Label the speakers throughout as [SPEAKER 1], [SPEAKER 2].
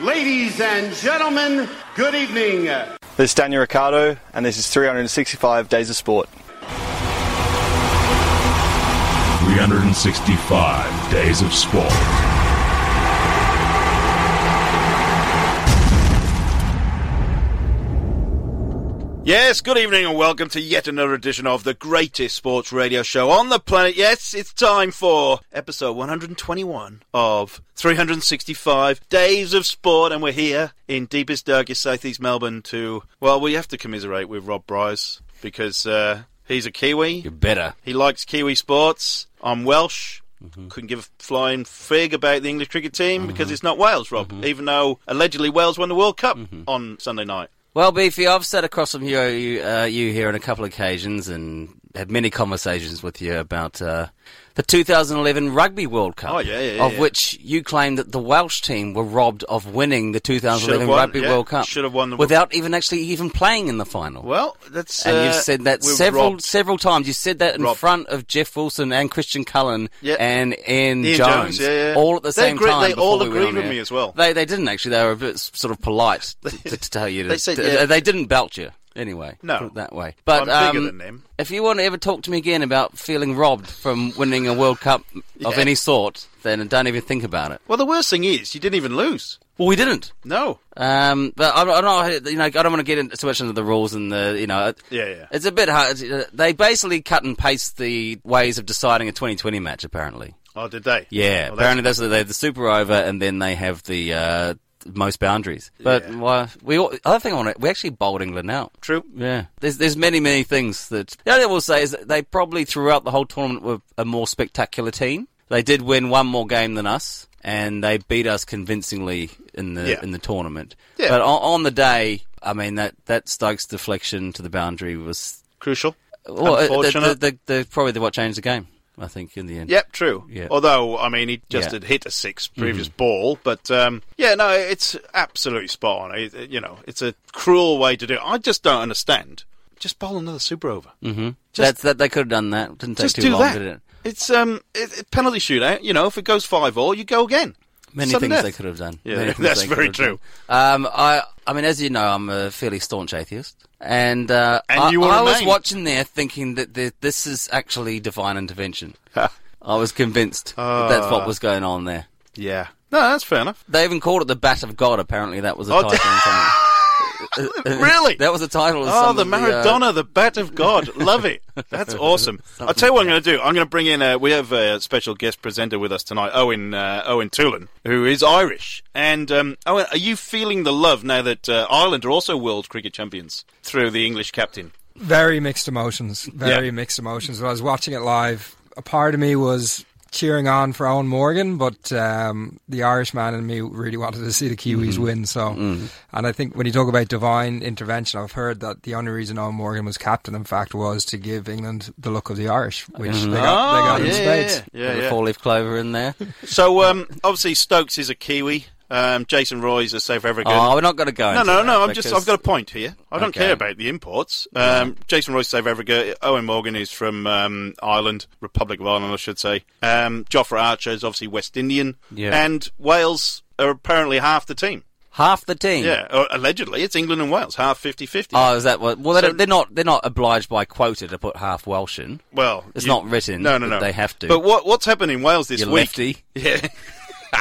[SPEAKER 1] Ladies and gentlemen, good evening.
[SPEAKER 2] This is Daniel Ricciardo, and this is 365 Days of Sport.
[SPEAKER 3] 365 Days of Sport.
[SPEAKER 4] Yes, good evening and welcome to yet another edition of the greatest sports radio show on the planet. Yes, it's time for episode 121 of 365 Days of Sport, and we're here in deepest, darkest southeast Melbourne to, well, we have to commiserate with Rob Bryce because uh, he's a Kiwi.
[SPEAKER 5] You better.
[SPEAKER 4] He likes Kiwi sports. I'm Welsh. Couldn't give a flying fig about the English cricket team because it's not Wales, Rob, even though allegedly Wales won the World Cup on Sunday night.
[SPEAKER 5] Well, Beefy, I've sat across from you, you, uh, you here on a couple of occasions and had many conversations with you about uh, the 2011 Rugby World Cup.
[SPEAKER 4] Oh, yeah, yeah, yeah,
[SPEAKER 5] Of
[SPEAKER 4] yeah.
[SPEAKER 5] which you claimed that the Welsh team were robbed of winning the 2011
[SPEAKER 4] Should've won,
[SPEAKER 5] Rugby
[SPEAKER 4] yeah,
[SPEAKER 5] World Cup.
[SPEAKER 4] should've won the-
[SPEAKER 5] Without even actually even playing in the final.
[SPEAKER 4] Well, that's
[SPEAKER 5] and
[SPEAKER 4] uh,
[SPEAKER 5] you've said that
[SPEAKER 4] we're
[SPEAKER 5] several
[SPEAKER 4] robbed.
[SPEAKER 5] several times. You said that in
[SPEAKER 4] Robbed.
[SPEAKER 5] front of Jeff Wilson and Christian Cullen
[SPEAKER 4] Yeah.
[SPEAKER 5] and Ian,
[SPEAKER 4] Ian Jones,
[SPEAKER 5] Jones,
[SPEAKER 4] yeah, yeah.
[SPEAKER 5] all at the
[SPEAKER 4] They
[SPEAKER 5] same
[SPEAKER 4] agreed-
[SPEAKER 5] time.
[SPEAKER 4] they all
[SPEAKER 5] before we went
[SPEAKER 4] agreed
[SPEAKER 5] on
[SPEAKER 4] with
[SPEAKER 5] air.
[SPEAKER 4] me as well.
[SPEAKER 5] They they didn't actually. They were a bit s- sort of polite to, to tell you. To,
[SPEAKER 4] They said,
[SPEAKER 5] to-
[SPEAKER 4] yeah.
[SPEAKER 5] they didn't belt you anyway.
[SPEAKER 4] No.
[SPEAKER 5] put it that way. But
[SPEAKER 4] I'm bigger
[SPEAKER 5] um,
[SPEAKER 4] than them.
[SPEAKER 5] if you want to ever talk to me again about feeling robbed from winning a World Cup of
[SPEAKER 4] Yeah.
[SPEAKER 5] any sort, then don't even think about it.
[SPEAKER 4] Well, the worst thing is you didn't even lose.
[SPEAKER 5] Well, we didn't.
[SPEAKER 4] No.
[SPEAKER 5] Um, but I, I don't, you know, I don't want to get into too much into the rules and the, you know,
[SPEAKER 4] Yeah, yeah.
[SPEAKER 5] It's a bit hard. They basically cut and paste the ways of deciding a 2020 match. Apparently,
[SPEAKER 4] Oh, did they?
[SPEAKER 5] yeah.
[SPEAKER 4] Well,
[SPEAKER 5] apparently, that's, they have the super over, and then they have the uh, most boundaries. But
[SPEAKER 4] Yeah.
[SPEAKER 5] well, we, all, other thing I want to, we actually bowled England out.
[SPEAKER 4] True.
[SPEAKER 5] Yeah, there's there's many many things that the only thing I will say is that they probably throughout the whole tournament were a more spectacular team. They did win one more game than us, and they beat us convincingly in the
[SPEAKER 4] Yeah.
[SPEAKER 5] in the tournament.
[SPEAKER 4] Yeah.
[SPEAKER 5] But on, on the day, I mean that that Stokes deflection to the boundary was
[SPEAKER 4] Crucial.
[SPEAKER 5] well, uh, the,
[SPEAKER 4] Unfortunate.
[SPEAKER 5] the, the, the, probably the, what changed the game. I think in the end.
[SPEAKER 4] Yep, true.
[SPEAKER 5] Yeah.
[SPEAKER 4] Although, I mean, he just
[SPEAKER 5] Yeah. Mm-hmm.
[SPEAKER 4] had hit a six previous ball, but um, yeah, no, it's absolutely spot on. It- it- you know, it's a cruel way to do it. I just don't understand. Just bowl another super over. Mm-hmm. Just,
[SPEAKER 5] That's that they could have done that. Didn't Mm. take
[SPEAKER 4] just
[SPEAKER 5] too
[SPEAKER 4] do
[SPEAKER 5] long,
[SPEAKER 4] that.
[SPEAKER 5] did it?
[SPEAKER 4] It's um, it, it- penalty shootout. You know, if it goes five all, you go again.
[SPEAKER 5] Many
[SPEAKER 4] Sudden
[SPEAKER 5] things
[SPEAKER 4] death.
[SPEAKER 5] they could have done.
[SPEAKER 4] Yeah,
[SPEAKER 5] Many things
[SPEAKER 4] that's
[SPEAKER 5] they could
[SPEAKER 4] very
[SPEAKER 5] have
[SPEAKER 4] true.
[SPEAKER 5] done. Um, I, I mean, as you know, I'm a fairly staunch atheist, and uh,
[SPEAKER 4] And
[SPEAKER 5] I,
[SPEAKER 4] you will
[SPEAKER 5] I was
[SPEAKER 4] remain.
[SPEAKER 5] watching there thinking that the, this is actually divine intervention. I was convinced
[SPEAKER 4] Ah.
[SPEAKER 5] that that's what was going on there.
[SPEAKER 4] Yeah. No, that's fair enough.
[SPEAKER 5] They even called it the Bat of God. Apparently, that was a
[SPEAKER 4] Oh,
[SPEAKER 5] title. in something.
[SPEAKER 4] really?
[SPEAKER 5] Uh, That was a title. Of
[SPEAKER 4] Oh,
[SPEAKER 5] some
[SPEAKER 4] the
[SPEAKER 5] of uh,
[SPEAKER 4] Maradona, the bat of God. Love it. That's awesome. I'll tell you what I'm going to do. I'm going to bring in, uh we have a special guest presenter with us tonight, Owen uh, Owen Toulon, who is Irish. And um, Owen, are you feeling the love now that uh, Ireland are also world cricket champions through the English captain?
[SPEAKER 6] Very mixed emotions. Very
[SPEAKER 4] Yeah.
[SPEAKER 6] mixed emotions. When I was watching it live, a part of me was cheering on for Owen Morgan, but um, the Irishman in me really wanted to see the Kiwis
[SPEAKER 4] Mm-hmm.
[SPEAKER 6] win. So, and I think when you talk about divine intervention, I've heard that the only reason Owen Morgan was captain, in fact, was to give England the look of the Irish, which they got, they got in spades.
[SPEAKER 4] Mm-hmm. Oh, yeah,
[SPEAKER 5] with
[SPEAKER 4] yeah.
[SPEAKER 5] a four-leaf clover in there.
[SPEAKER 4] So um, obviously Stokes is a Kiwi. Um, Jason Roy's a South African.
[SPEAKER 5] oh, we're not going to go.
[SPEAKER 4] No,
[SPEAKER 5] into
[SPEAKER 4] no,
[SPEAKER 5] that
[SPEAKER 4] no. I'm just.
[SPEAKER 5] because-
[SPEAKER 4] I've got a point here. I don't
[SPEAKER 5] Okay.
[SPEAKER 4] care about the imports. Um, Jason Royce, South Africa. Owen Morgan is from um, Ireland, Republic of Ireland, I should say. Um, Jofra Archer is obviously West Indian.
[SPEAKER 5] Yeah.
[SPEAKER 4] And Wales are apparently half the team.
[SPEAKER 5] half the team.
[SPEAKER 4] Yeah. Or allegedly, it's England and Wales, half 50-50.
[SPEAKER 5] Oh, is that what? Well, they
[SPEAKER 4] So-
[SPEAKER 5] don't, they're not. They're not obliged by quota to put half Welsh in.
[SPEAKER 4] well,
[SPEAKER 5] it's not written
[SPEAKER 4] No, no,
[SPEAKER 5] that
[SPEAKER 4] no.
[SPEAKER 5] they have to.
[SPEAKER 4] But what what's happened in Wales this
[SPEAKER 5] You're
[SPEAKER 4] week?
[SPEAKER 5] lefty.
[SPEAKER 4] Yeah.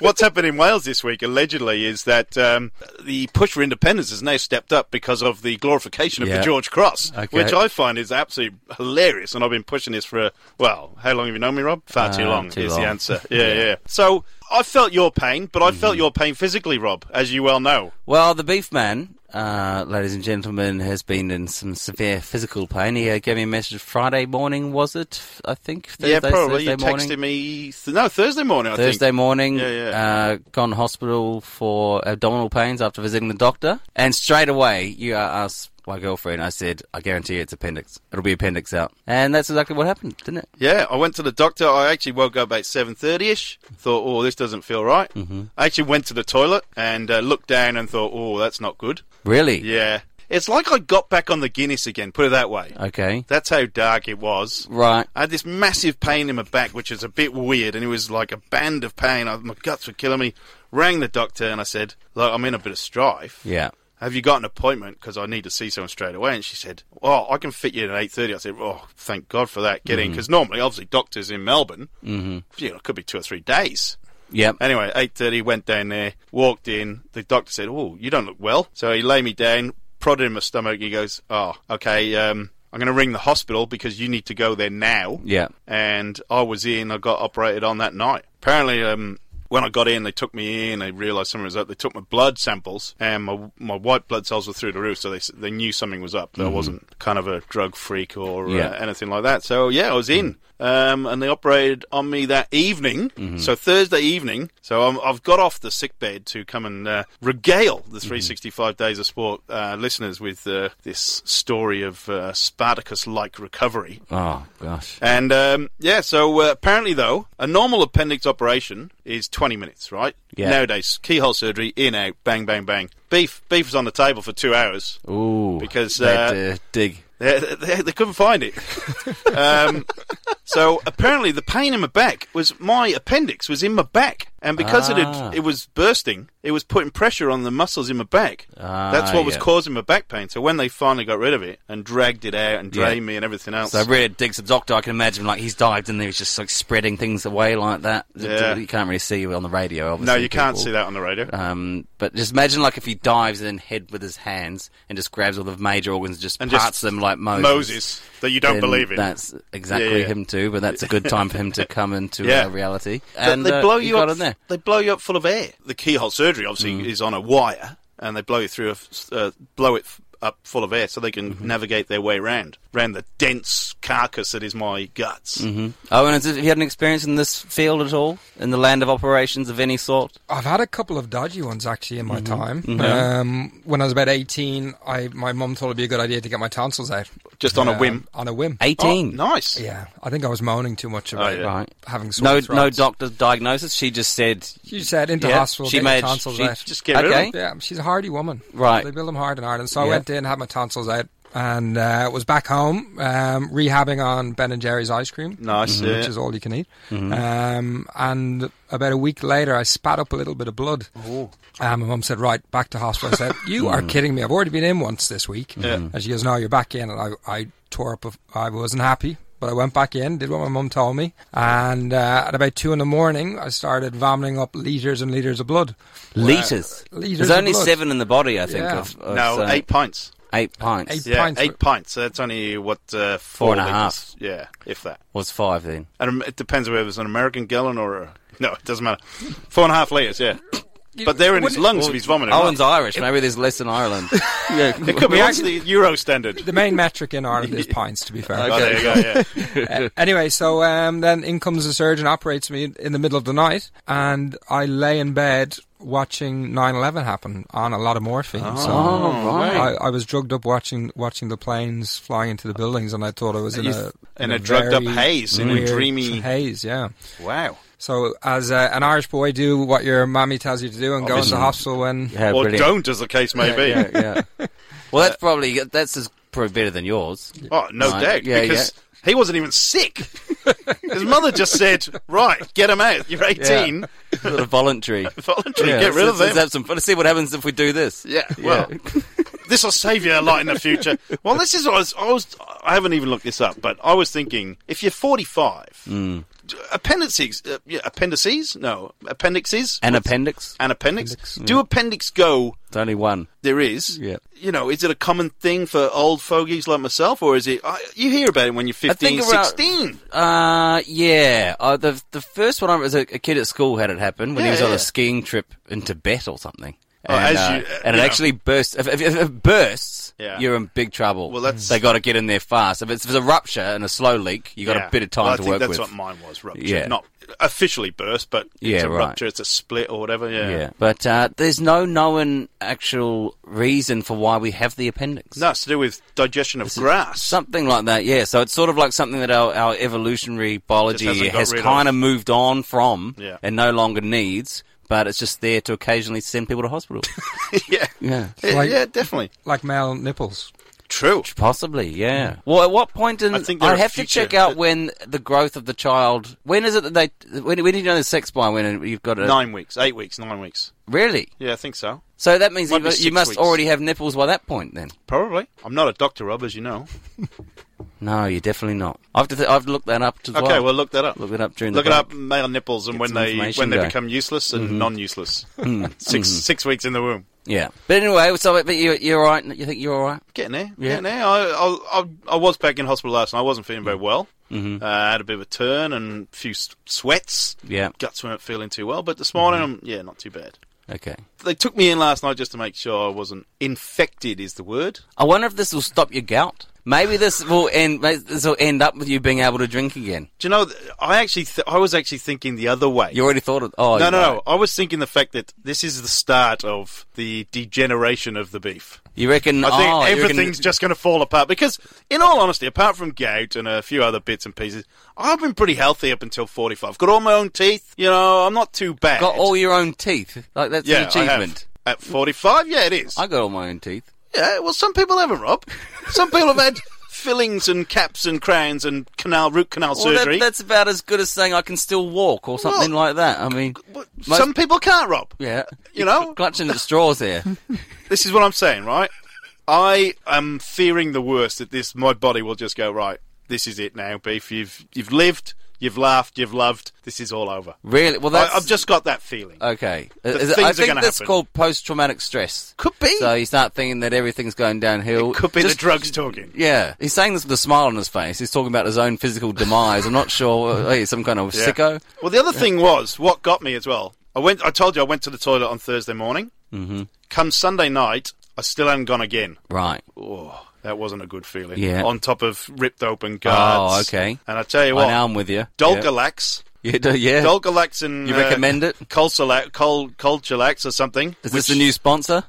[SPEAKER 4] What's happened in Wales this week, allegedly, is that um, the push for independence has now stepped up because of the glorification of
[SPEAKER 5] Yeah.
[SPEAKER 4] the George Cross,
[SPEAKER 5] Okay.
[SPEAKER 4] which I find is absolutely hilarious. And I've been pushing this for, well, how long have you known me, Rob? Far too
[SPEAKER 5] Uh,
[SPEAKER 4] long
[SPEAKER 5] too
[SPEAKER 4] is
[SPEAKER 5] long. Mm-hmm.
[SPEAKER 4] the answer. Yeah, yeah. So I felt your pain, but I felt your pain physically, Rob, as you well know.
[SPEAKER 5] Well, the beef man, uh, ladies and gentlemen, has been in some severe physical pain. He uh, gave me a message Friday morning, was it? I think Thursday,
[SPEAKER 4] yeah, probably.
[SPEAKER 5] Thursday
[SPEAKER 4] you texted
[SPEAKER 5] morning.
[SPEAKER 4] me, th- no, Thursday morning, I think.
[SPEAKER 5] Thursday morning,
[SPEAKER 4] Yeah, yeah.
[SPEAKER 5] Uh, gone hospital for abdominal pains after visiting the doctor, and straight away you uh, asked my girlfriend. I said, "I guarantee you it's appendix. It'll be appendix out," and that's exactly what happened, didn't it?
[SPEAKER 4] Yeah, I went to the doctor. I actually woke up about seven thirty ish. Thought, oh, this doesn't feel right. I actually went to the toilet and uh, looked down and thought, oh, that's not good.
[SPEAKER 5] Really?
[SPEAKER 4] Yeah, It's like I got back on the Guinness again. Put it that way.
[SPEAKER 5] Okay.
[SPEAKER 4] That's how dark it was.
[SPEAKER 5] Right.
[SPEAKER 4] I had this massive pain in my back, which is a bit weird, and it was like a band of pain. I, my guts were killing me. Rang the doctor and I said, "Look, I'm in a bit of strife.
[SPEAKER 5] Yeah.
[SPEAKER 4] Have you got an appointment? Because I need to see someone straight away." And she said, "Oh, I can fit you in at 8.30. I said, "Oh, thank God for that. Get in. 'Cause Because normally, obviously, doctors in Melbourne, mm you know, it could be two or three days.
[SPEAKER 5] Yep.
[SPEAKER 4] Anyway, eight thirty, went down there, walked in. The doctor said, "Oh, you don't look well." So he lay me down, prodded in my stomach. He goes, "Oh, okay. Um, I'm going to ring the hospital because you need to go there now."
[SPEAKER 5] Yeah.
[SPEAKER 4] And I was in. I got operated on that night. Apparently, um, when I got in, they took me in. They realised something was up. They took my blood samples, and my my white blood cells were through the roof. So they s- they knew something was up. That I wasn't kind of a drug freak or
[SPEAKER 5] Yeah.
[SPEAKER 4] uh, anything like that. So yeah, I was in, um, and they operated on me that evening. So Thursday evening. So I'm, I've got off the sick bed to come and uh, regale the 365 Days of Sport uh, listeners with uh, this story of uh, Spartacus-like recovery.
[SPEAKER 5] Oh gosh.
[SPEAKER 4] And um, yeah, so uh, apparently though, a normal appendix operation is 20 minutes, right?
[SPEAKER 5] Yeah.
[SPEAKER 4] Nowadays, keyhole surgery, in out, bang, bang, bang. Beef, beef was on the table for two hours.
[SPEAKER 5] Ooh.
[SPEAKER 4] Because,
[SPEAKER 5] they had
[SPEAKER 4] uh,
[SPEAKER 5] to dig.
[SPEAKER 4] They, they, they couldn't find it. um, so apparently, the pain in my back was my appendix was in my back, and because it
[SPEAKER 5] Ah.
[SPEAKER 4] had, it was bursting, it was putting pressure on the muscles in my back.
[SPEAKER 5] Ah,
[SPEAKER 4] That's what was
[SPEAKER 5] yeah.
[SPEAKER 4] causing my back pain. So when they finally got rid of it and dragged it out and
[SPEAKER 5] Yeah.
[SPEAKER 4] drained me and everything else,
[SPEAKER 5] So I really digs the doctor. I can imagine like he's dived in there, he's just like spreading things away like that.
[SPEAKER 4] Yeah.
[SPEAKER 5] You can't really see on the radio. Obviously,
[SPEAKER 4] no, you can't
[SPEAKER 5] people.
[SPEAKER 4] see that on the radio.
[SPEAKER 5] Um, but just imagine like if he dives in head with his hands and just grabs all the major organs and just
[SPEAKER 4] And just
[SPEAKER 5] parts them like Moses.
[SPEAKER 4] Moses, that you don't
[SPEAKER 5] then
[SPEAKER 4] believe in.
[SPEAKER 5] That's exactly
[SPEAKER 4] yeah.
[SPEAKER 5] him too. But that's a good time for him to come into
[SPEAKER 4] Yeah.
[SPEAKER 5] uh, reality.
[SPEAKER 4] Th-
[SPEAKER 5] And
[SPEAKER 4] they
[SPEAKER 5] uh,
[SPEAKER 4] blow
[SPEAKER 5] he
[SPEAKER 4] you
[SPEAKER 5] got
[SPEAKER 4] up.
[SPEAKER 5] in there. Mm-hmm.
[SPEAKER 4] They blow you up full of air. The keyhole surgery obviously is on a wire, and they blow you through, a f uh, blow it f- up full of air, so they
[SPEAKER 5] Mm-hmm.
[SPEAKER 4] can navigate their way round, round the dense carcass that is my guts.
[SPEAKER 5] Oh, and has- have you had an experience in this field at all? In the land of operations of any sort?
[SPEAKER 4] Oh,
[SPEAKER 6] I've had a couple of dodgy ones actually in my
[SPEAKER 4] Mm-hmm.
[SPEAKER 6] time. Um, when I was about 18, I my mum thought it'd be a good idea to get my tonsils out.
[SPEAKER 4] Just on a
[SPEAKER 6] Um,
[SPEAKER 4] whim.
[SPEAKER 6] On a whim.
[SPEAKER 5] 18.
[SPEAKER 4] Oh, nice.
[SPEAKER 6] Yeah, I think I was moaning too much about
[SPEAKER 4] yeah.
[SPEAKER 5] Right.
[SPEAKER 6] having sore
[SPEAKER 5] No, no
[SPEAKER 6] throats.
[SPEAKER 5] doctor's diagnosis. She just said,
[SPEAKER 6] She said into
[SPEAKER 5] Yeah,
[SPEAKER 6] hospital,
[SPEAKER 5] she
[SPEAKER 6] get your
[SPEAKER 5] made-
[SPEAKER 6] tonsils
[SPEAKER 5] she-
[SPEAKER 6] out.
[SPEAKER 4] Just get rid of
[SPEAKER 5] Okay.
[SPEAKER 4] them.
[SPEAKER 6] Yeah, she's a hardy woman.
[SPEAKER 5] Right.
[SPEAKER 6] They build them hard in Ireland. So I
[SPEAKER 5] Yeah.
[SPEAKER 6] went in, had my tonsils out, and uh, was back home um, rehabbing on Ben and Jerry's ice cream. Mm-hmm.
[SPEAKER 4] Nice, yeah.
[SPEAKER 6] Which is all you can eat.
[SPEAKER 5] Mm-hmm.
[SPEAKER 6] Um, and about a week later, I spat up a little bit of blood. Um, my mum said, right, back to hospital. I said, you are
[SPEAKER 5] Mm.
[SPEAKER 6] kidding me. I've already been in once this week. And she goes, no, you're back in. And I, I tore up. I I wasn't happy. But I went back in, did what my mum told me, and uh, at about two in the morning, I started vomiting up liters and liters of blood.
[SPEAKER 5] liters.
[SPEAKER 6] Liters
[SPEAKER 5] There's
[SPEAKER 6] of
[SPEAKER 5] only
[SPEAKER 6] blood.
[SPEAKER 5] seven in the body, I think.
[SPEAKER 6] Yeah.
[SPEAKER 5] Of, of,
[SPEAKER 4] No,
[SPEAKER 5] uh,
[SPEAKER 4] eight pints.
[SPEAKER 5] eight pints.
[SPEAKER 6] Eight-
[SPEAKER 4] Yeah,
[SPEAKER 6] pints,
[SPEAKER 4] eight
[SPEAKER 6] but-
[SPEAKER 4] pints. So that's only what uh,
[SPEAKER 5] Four
[SPEAKER 4] four,
[SPEAKER 5] and a
[SPEAKER 4] litres. Yeah, if that.
[SPEAKER 5] Was five then.
[SPEAKER 4] And um, it depends whether it's an American gallon or a, no, it doesn't matter. Four and a half litres. Yeah, but they're in his lungs if he's vomiting. right?
[SPEAKER 5] Owen's Irish. Maybe there's less in Ireland.
[SPEAKER 4] It could be. What's the Euro standard?
[SPEAKER 6] The main metric in Ireland is pints, to be fair.
[SPEAKER 4] Oh, there you go. Yeah.
[SPEAKER 6] Uh, anyway, so um, then in comes the surgeon, operates me in the middle of the night, and I lay in bed watching 9-11 happen on a lot of morphine.
[SPEAKER 4] Oh,
[SPEAKER 6] so
[SPEAKER 5] right.
[SPEAKER 6] I, I was drugged up watching watching the planes flying into the buildings, and I thought I was in
[SPEAKER 4] You-
[SPEAKER 6] a
[SPEAKER 4] in a drugged up
[SPEAKER 6] very
[SPEAKER 4] haze, in a
[SPEAKER 6] weird
[SPEAKER 4] dreamy-
[SPEAKER 6] haze. Yeah.
[SPEAKER 4] Wow.
[SPEAKER 6] So as uh, an Irish boy, do what your mammy tells you to do, and go into
[SPEAKER 4] Obviously.
[SPEAKER 6] hospital when.
[SPEAKER 5] Yeah,
[SPEAKER 4] or
[SPEAKER 5] Oh, brilliant.
[SPEAKER 4] don't, as the case may be. Uh,
[SPEAKER 5] yeah. Well, that's probably that's as probably better than yours.
[SPEAKER 4] Oh, no
[SPEAKER 5] Right.
[SPEAKER 4] doubt.
[SPEAKER 5] Yeah,
[SPEAKER 4] because he wasn't even sick. His mother just said, "Right, get him out. You're 18.
[SPEAKER 5] Sort of voluntary.
[SPEAKER 4] Voluntary.
[SPEAKER 5] Yeah,
[SPEAKER 4] get rid
[SPEAKER 5] let's-
[SPEAKER 4] of them."
[SPEAKER 5] Let's have some fun. Let's see what happens if we do this.
[SPEAKER 4] yeah. Well, this will save you a lot in the future. Well, this is what I was, I was. I haven't even looked this up, but I was thinking if you're 45,
[SPEAKER 5] Hmm.
[SPEAKER 4] d- appendices, uh, yeah, appendices, no appendices,
[SPEAKER 5] An Mm. appendix.
[SPEAKER 4] an appendix. Do appendix go
[SPEAKER 5] It's only one.
[SPEAKER 4] there is.
[SPEAKER 5] Yeah.
[SPEAKER 4] You know, is it a common thing for old fogies like myself, or is it? I, you hear about it when you're 15,
[SPEAKER 5] around-
[SPEAKER 4] 16.
[SPEAKER 5] Uh, yeah. Uh, the the first one I was a, a kid at school had it happen when he
[SPEAKER 4] Yeah,
[SPEAKER 5] was on
[SPEAKER 4] yeah.
[SPEAKER 5] a skiing trip in Tibet or something.
[SPEAKER 4] Oh,
[SPEAKER 5] And,
[SPEAKER 4] as you-
[SPEAKER 5] uh, and it
[SPEAKER 4] yeah.
[SPEAKER 5] actually bursts. If, if, if it bursts,
[SPEAKER 4] Yeah.
[SPEAKER 5] you're in big trouble.
[SPEAKER 4] Well, that's-
[SPEAKER 5] they got to get in there fast. If it's, if it's a rupture and a slow leak, you got
[SPEAKER 4] Yeah.
[SPEAKER 5] a bit of time
[SPEAKER 4] Well, I
[SPEAKER 5] to
[SPEAKER 4] think
[SPEAKER 5] work
[SPEAKER 4] that's
[SPEAKER 5] with.
[SPEAKER 4] what mine was rupture.
[SPEAKER 5] Yeah.
[SPEAKER 4] Not officially burst, but it's
[SPEAKER 5] Yeah,
[SPEAKER 4] a
[SPEAKER 5] right.
[SPEAKER 4] rupture, it's a split or whatever. Yeah.
[SPEAKER 5] Yeah. But uh, there's no known actual reason for why we have the appendix.
[SPEAKER 4] No, it's to do with digestion of grass.
[SPEAKER 5] Something like that, yeah. So it's sort of like something that our, our evolutionary biology
[SPEAKER 4] Just hasn't got
[SPEAKER 5] has
[SPEAKER 4] rid
[SPEAKER 5] kind
[SPEAKER 4] of.
[SPEAKER 5] of moved on from
[SPEAKER 4] Yeah.
[SPEAKER 5] and no longer needs. but it's just there to occasionally send people to hospital.
[SPEAKER 4] yeah.
[SPEAKER 5] yeah.
[SPEAKER 4] Yeah,
[SPEAKER 6] Like-
[SPEAKER 4] yeah, definitely.
[SPEAKER 6] Like male nipples.
[SPEAKER 4] True.
[SPEAKER 5] Possibly, yeah. Well, at what point in
[SPEAKER 4] Hmm. I think they're
[SPEAKER 5] I
[SPEAKER 4] a
[SPEAKER 5] have to
[SPEAKER 4] future-
[SPEAKER 5] check out when the growth of the child. When is it that they? When, when do you know the sex by? When you've got a
[SPEAKER 4] Nine weeks, eight weeks, nine weeks.
[SPEAKER 5] really?
[SPEAKER 4] Yeah, I think so.
[SPEAKER 5] So that means
[SPEAKER 4] Might
[SPEAKER 5] you,
[SPEAKER 4] be
[SPEAKER 5] you
[SPEAKER 4] six
[SPEAKER 5] must
[SPEAKER 4] weeks.
[SPEAKER 5] already have nipples by that point, then.
[SPEAKER 4] Probably. I'm not a doctor, Rob, as you know.
[SPEAKER 5] No, you're definitely not. I have to. Th- I've looked that up as well.
[SPEAKER 4] Okay, well, look that up.
[SPEAKER 5] Look it up during the
[SPEAKER 4] Look it up.
[SPEAKER 5] break.
[SPEAKER 4] Male nipples and
[SPEAKER 5] Get
[SPEAKER 4] when
[SPEAKER 5] some
[SPEAKER 4] they
[SPEAKER 5] information Mm-hmm.
[SPEAKER 4] when they
[SPEAKER 5] going.
[SPEAKER 4] become useless and non-useless. 6 six weeks in the womb.
[SPEAKER 5] Yeah. But anyway, so but you, you're all right. You think you're all right?
[SPEAKER 4] Getting there.
[SPEAKER 5] Yeah.
[SPEAKER 4] Getting there. I, I, I, I was back in hospital last night. I wasn't feeling very well. Mm-hmm. Uh, I had a bit of a turn and a few s- sweats.
[SPEAKER 5] Yeah. Mm-hmm.
[SPEAKER 4] Guts weren't feeling too well, but this morning, I'm, yeah, not too bad.
[SPEAKER 5] Okay.
[SPEAKER 4] They took me in last night just to make sure I wasn't infected. Is the word?
[SPEAKER 5] I wonder if this will stop your gout. Maybe this will end. may- This will end up with you being able to drink again.
[SPEAKER 4] Do you know? th- I actually, th- I was actually thinking the other way.
[SPEAKER 5] You already thought of. Oh
[SPEAKER 4] no, no,
[SPEAKER 5] right.
[SPEAKER 4] no. I was thinking the fact that this is the start of the degeneration of the beef.
[SPEAKER 5] You reckon?
[SPEAKER 4] I think
[SPEAKER 5] oh, you reckon-
[SPEAKER 4] everything's just going to fall apart because, in all honesty, apart from gout and a few other bits and pieces, I've been pretty healthy up until 45. Got all my own teeth. You know, I'm not too bad.
[SPEAKER 5] got all your own teeth. Like that's
[SPEAKER 4] yeah,
[SPEAKER 5] an achievement.
[SPEAKER 4] I have. At 45, yeah, it is.
[SPEAKER 5] I got all my own teeth.
[SPEAKER 4] Yeah, well, some people haven't, Rob. Some people have had fillings and caps and crowns and canal root canal
[SPEAKER 5] Well, that-
[SPEAKER 4] surgery.
[SPEAKER 5] that's about as good as saying I can still walk or something
[SPEAKER 4] Well,
[SPEAKER 5] like that. I mean,
[SPEAKER 4] But
[SPEAKER 5] most-
[SPEAKER 4] some people can't, Rob.
[SPEAKER 5] yeah,
[SPEAKER 4] You know,
[SPEAKER 5] clutching at straws there.
[SPEAKER 4] this is what I'm saying, right? I am fearing the worst that this my body will just go right. This is it now, beef. You've you've lived, you've laughed, you've loved. This is all over.
[SPEAKER 5] Really? Well, that's Uh,
[SPEAKER 4] I, I've just got that feeling.
[SPEAKER 5] okay.
[SPEAKER 4] The
[SPEAKER 5] Is it- I
[SPEAKER 4] things are
[SPEAKER 5] think
[SPEAKER 4] gonna
[SPEAKER 5] that's
[SPEAKER 4] happen.
[SPEAKER 5] called post-traumatic stress.
[SPEAKER 4] Could be.
[SPEAKER 5] So you start thinking that everything's going downhill.
[SPEAKER 4] Could be
[SPEAKER 5] Just-
[SPEAKER 4] the drugs talking.
[SPEAKER 5] Yeah, he's saying this with a smile on his face. He's talking about his own physical demise. I'm not sure. uh, Hey, some kind of
[SPEAKER 4] Yeah.
[SPEAKER 5] sicko.
[SPEAKER 4] Well, the other thing was what got me as well. I went. I told you I went to the toilet on Thursday morning. Mm-hmm. Come Sunday night, I still haven't gone again.
[SPEAKER 5] Right.
[SPEAKER 4] Oh, that wasn't a good feeling.
[SPEAKER 5] Yeah.
[SPEAKER 4] On top of ripped open guards.
[SPEAKER 5] Oh, okay.
[SPEAKER 4] And I tell you
[SPEAKER 5] Well,
[SPEAKER 4] what,
[SPEAKER 5] now I'm with you.
[SPEAKER 4] Dolgalax.
[SPEAKER 5] Yeah. You do- yeah.
[SPEAKER 4] Dolgalax and uh,
[SPEAKER 5] You recommend it?
[SPEAKER 4] Colsalax, Col Colchalax or something.
[SPEAKER 5] Is
[SPEAKER 4] which
[SPEAKER 5] this a new sponsor?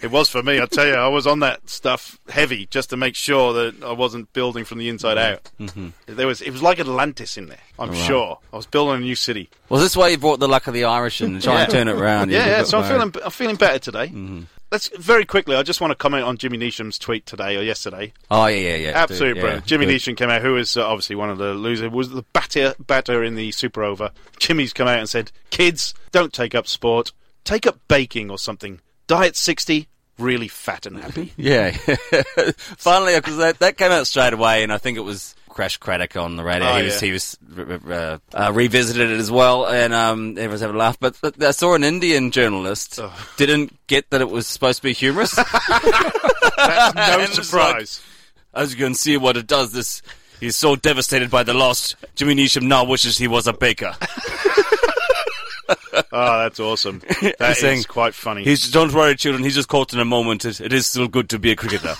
[SPEAKER 4] It was for me. I tell you, I was on that stuff heavy just to make sure that I wasn't building from the inside out. Mm-hmm. There was it was like Atlantis in there. I'm sure. I was building a new city.
[SPEAKER 5] Well, this way you brought the luck of the Irish and try and
[SPEAKER 4] Yeah.
[SPEAKER 5] turn it around.
[SPEAKER 4] Yeah, yeah.
[SPEAKER 5] got
[SPEAKER 4] So I'm
[SPEAKER 5] worried.
[SPEAKER 4] feeling I'm feeling better today. Mm-hmm. Let's very quickly. I just want to comment on Jimmy Neesham's tweet today or yesterday.
[SPEAKER 5] Oh yeah, yeah, yeah.
[SPEAKER 4] Absolutely
[SPEAKER 5] Dude,
[SPEAKER 4] brilliant.
[SPEAKER 5] yeah,
[SPEAKER 4] Jimmy
[SPEAKER 5] good.
[SPEAKER 4] Neesham came out, who is uh, obviously one of the losers, was the batter batter in the Super Over. Jimmy's come out and said, "Kids, don't take up sport. Take up baking or something. Diet sixty, really fat and happy."
[SPEAKER 5] Yeah. Finally, because that, that came out straight away, and I think it was Crash Craddock on the radio.
[SPEAKER 4] Oh,
[SPEAKER 5] he was,
[SPEAKER 4] yeah.
[SPEAKER 5] he was re- re- uh, uh, revisited it as well, and um, everyone's having a laugh. But, but I saw an Indian journalist didn't get that it was supposed to be humorous.
[SPEAKER 4] no
[SPEAKER 5] it's
[SPEAKER 4] surprise.
[SPEAKER 5] as you can see, what it does, this he's so devastated by the loss. Jimmy Neesham now wishes he was a baker.
[SPEAKER 4] Oh, that's awesome. That is
[SPEAKER 5] saying-
[SPEAKER 4] quite funny.
[SPEAKER 5] He's don't worry, children. He's just caught in a moment. It, it is still good to be a cricketer.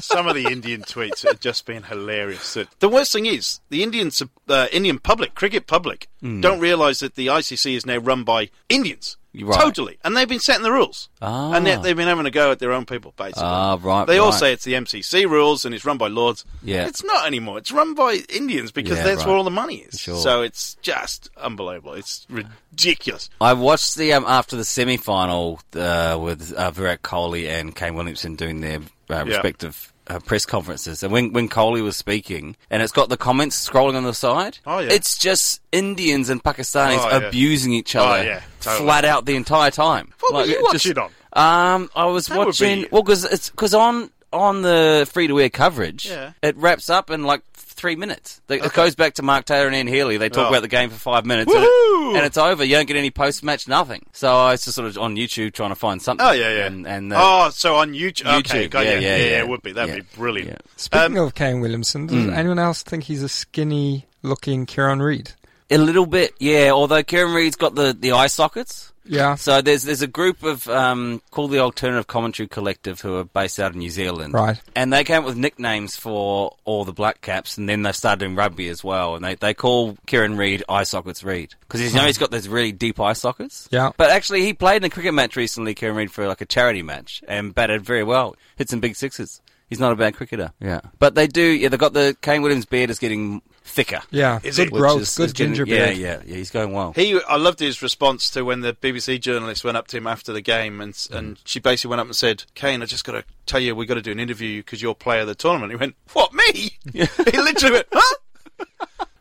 [SPEAKER 4] Some of the Indian tweets have just been hilarious. The worst thing is the Indian sub- uh, Indian public, cricket public,
[SPEAKER 5] Hmm.
[SPEAKER 4] don't realise that the ICC is now run by Indians.
[SPEAKER 5] Right.
[SPEAKER 4] Totally, and they've been setting the rules,
[SPEAKER 5] Ah.
[SPEAKER 4] and yet they've been having a go at their own people. Basically,
[SPEAKER 5] Ah, right,
[SPEAKER 4] They all
[SPEAKER 5] right.
[SPEAKER 4] say it's the MCC rules and it's run by lords.
[SPEAKER 5] Yeah.
[SPEAKER 4] it's not anymore. It's run by Indians because
[SPEAKER 5] Yeah,
[SPEAKER 4] that's
[SPEAKER 5] right.
[SPEAKER 4] where all the money is.
[SPEAKER 5] Sure.
[SPEAKER 4] So it's just unbelievable. It's ridiculous.
[SPEAKER 5] I watched the um, after the semi final uh, with uh, Virat Kohli and Kane Williamson doing their uh, respective uh, press conferences, and when when Kohli was speaking, and it's got the comments scrolling on the side.
[SPEAKER 4] Oh, yeah.
[SPEAKER 5] it's just Indians and Pakistanis
[SPEAKER 4] Oh, yeah.
[SPEAKER 5] abusing each other
[SPEAKER 4] Oh, yeah, totally.
[SPEAKER 5] flat out the entire time.
[SPEAKER 4] What were you
[SPEAKER 5] it just-
[SPEAKER 4] watching on?
[SPEAKER 5] Um, I was
[SPEAKER 4] That would
[SPEAKER 5] watching
[SPEAKER 4] be-
[SPEAKER 5] well because it's because on on the free to air coverage,
[SPEAKER 4] Yeah.
[SPEAKER 5] it wraps up in like. Three minutes. They- It goes back to Mark Taylor and Ian Healy. They talk
[SPEAKER 4] Oh.
[SPEAKER 5] about the game for five minutes, and, it-
[SPEAKER 4] Woohoo!
[SPEAKER 5] and it's over. You don't get any post match, nothing. So I was just sort of on YouTube trying to find something.
[SPEAKER 4] Oh yeah, yeah.
[SPEAKER 5] And, and uh,
[SPEAKER 4] oh, so on YouTube. okay,
[SPEAKER 5] YouTube,
[SPEAKER 4] got
[SPEAKER 5] yeah,
[SPEAKER 4] you.
[SPEAKER 5] yeah,
[SPEAKER 4] yeah,
[SPEAKER 5] yeah.
[SPEAKER 4] It would be that'd
[SPEAKER 5] Yeah.
[SPEAKER 4] be brilliant.
[SPEAKER 5] Yeah.
[SPEAKER 6] Speaking
[SPEAKER 5] Um,
[SPEAKER 6] of Kane Williamson, does
[SPEAKER 5] mm.
[SPEAKER 6] anyone else think he's a skinny looking Kieran Reid?
[SPEAKER 4] Oh.
[SPEAKER 5] a little bit, yeah. Although Kieran Reid's got the, the eye sockets.
[SPEAKER 6] Yeah.
[SPEAKER 5] So there's there's a group of um, called the Alternative Commentary Collective who are based out in New Zealand,
[SPEAKER 6] Right.
[SPEAKER 5] And they came up with nicknames for all the black caps, and then they started doing rugby as well. And they, they call Kieran Reid eye sockets Reid because you know he's got those really deep eye sockets.
[SPEAKER 6] Yeah.
[SPEAKER 5] But actually, he played in a cricket match recently, Kieran Reid, for like a charity match, and batted very well, hit some big sixes. He's not a bad cricketer. Yeah. But they do. Yeah, they got the Kane Williams beard is getting thicker.
[SPEAKER 6] Yeah,
[SPEAKER 4] Is
[SPEAKER 6] good
[SPEAKER 4] it-
[SPEAKER 5] which
[SPEAKER 6] growth,
[SPEAKER 5] is-
[SPEAKER 6] good
[SPEAKER 5] is getting-
[SPEAKER 6] ginger
[SPEAKER 5] yeah,
[SPEAKER 6] beer.
[SPEAKER 5] yeah, yeah. He's going well.
[SPEAKER 4] He, I loved his response to when the BBC journalist went up to him after the game, and
[SPEAKER 5] Mm.
[SPEAKER 4] and she basically went up and said, "Kane, I just got to tell you, we got to do an interview because you're player of the tournament." He went, "What me?" he literally went, "Huh?"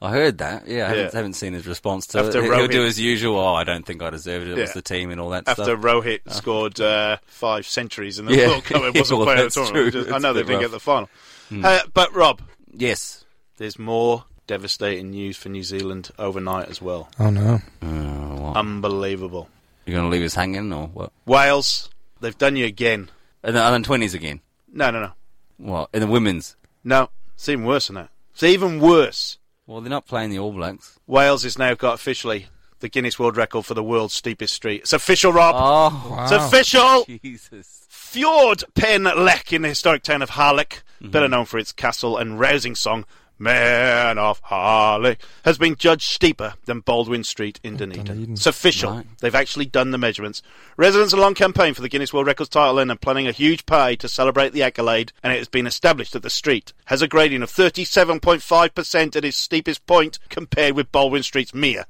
[SPEAKER 5] I heard that. Yeah, I haven't,
[SPEAKER 4] Yeah.
[SPEAKER 5] haven't seen his response to
[SPEAKER 4] After
[SPEAKER 5] it. He'll
[SPEAKER 4] Rohit-
[SPEAKER 5] do his usual. Oh, I don't think I deserved it. It
[SPEAKER 4] Yeah.
[SPEAKER 5] was the team and all that
[SPEAKER 4] After
[SPEAKER 5] stuff.
[SPEAKER 4] Rohit scored uh, five centuries in the
[SPEAKER 5] Oh. Yeah.
[SPEAKER 4] World Cup, it wasn't
[SPEAKER 5] Well,
[SPEAKER 4] player of
[SPEAKER 5] that's
[SPEAKER 4] the tournament.
[SPEAKER 5] true.
[SPEAKER 4] Just- I
[SPEAKER 5] It's
[SPEAKER 4] know
[SPEAKER 5] a
[SPEAKER 4] they
[SPEAKER 5] bit
[SPEAKER 4] didn't get
[SPEAKER 5] rough. Hmm.
[SPEAKER 4] the final. Uh, but Rob,
[SPEAKER 5] Yes.
[SPEAKER 4] there's more devastating news for New Zealand overnight as well.
[SPEAKER 6] Oh no.
[SPEAKER 5] Uh,
[SPEAKER 4] Unbelievable.
[SPEAKER 5] You're going to leave us hanging or what?
[SPEAKER 4] Wales, they've done you again.
[SPEAKER 5] And the under twenties again.
[SPEAKER 4] No, no, no,
[SPEAKER 5] What? And the women's.
[SPEAKER 4] no. It's even worse than that. It's even worse.
[SPEAKER 5] Well, they're not playing the All Blacks.
[SPEAKER 4] Wales has now got officially the Guinness World Record for the world's steepest street. It's official, Rob.
[SPEAKER 5] Oh,
[SPEAKER 6] Wow.
[SPEAKER 4] it's official.
[SPEAKER 5] Jesus.
[SPEAKER 4] Fjord Pen Lech in the historic town of Harlech, better known for its castle and rousing song "Man of Harlech," has been judged steeper than Baldwin Street in Dunedin.
[SPEAKER 6] Dunedin.
[SPEAKER 4] It's official.
[SPEAKER 5] Right.
[SPEAKER 4] They've actually done the measurements. Residents are long campaign for the Guinness World Records title and are planning a huge pay to celebrate the accolade. And it has been established that the street has a gradient of 37.5% at its steepest point, compared with Baldwin Street's mere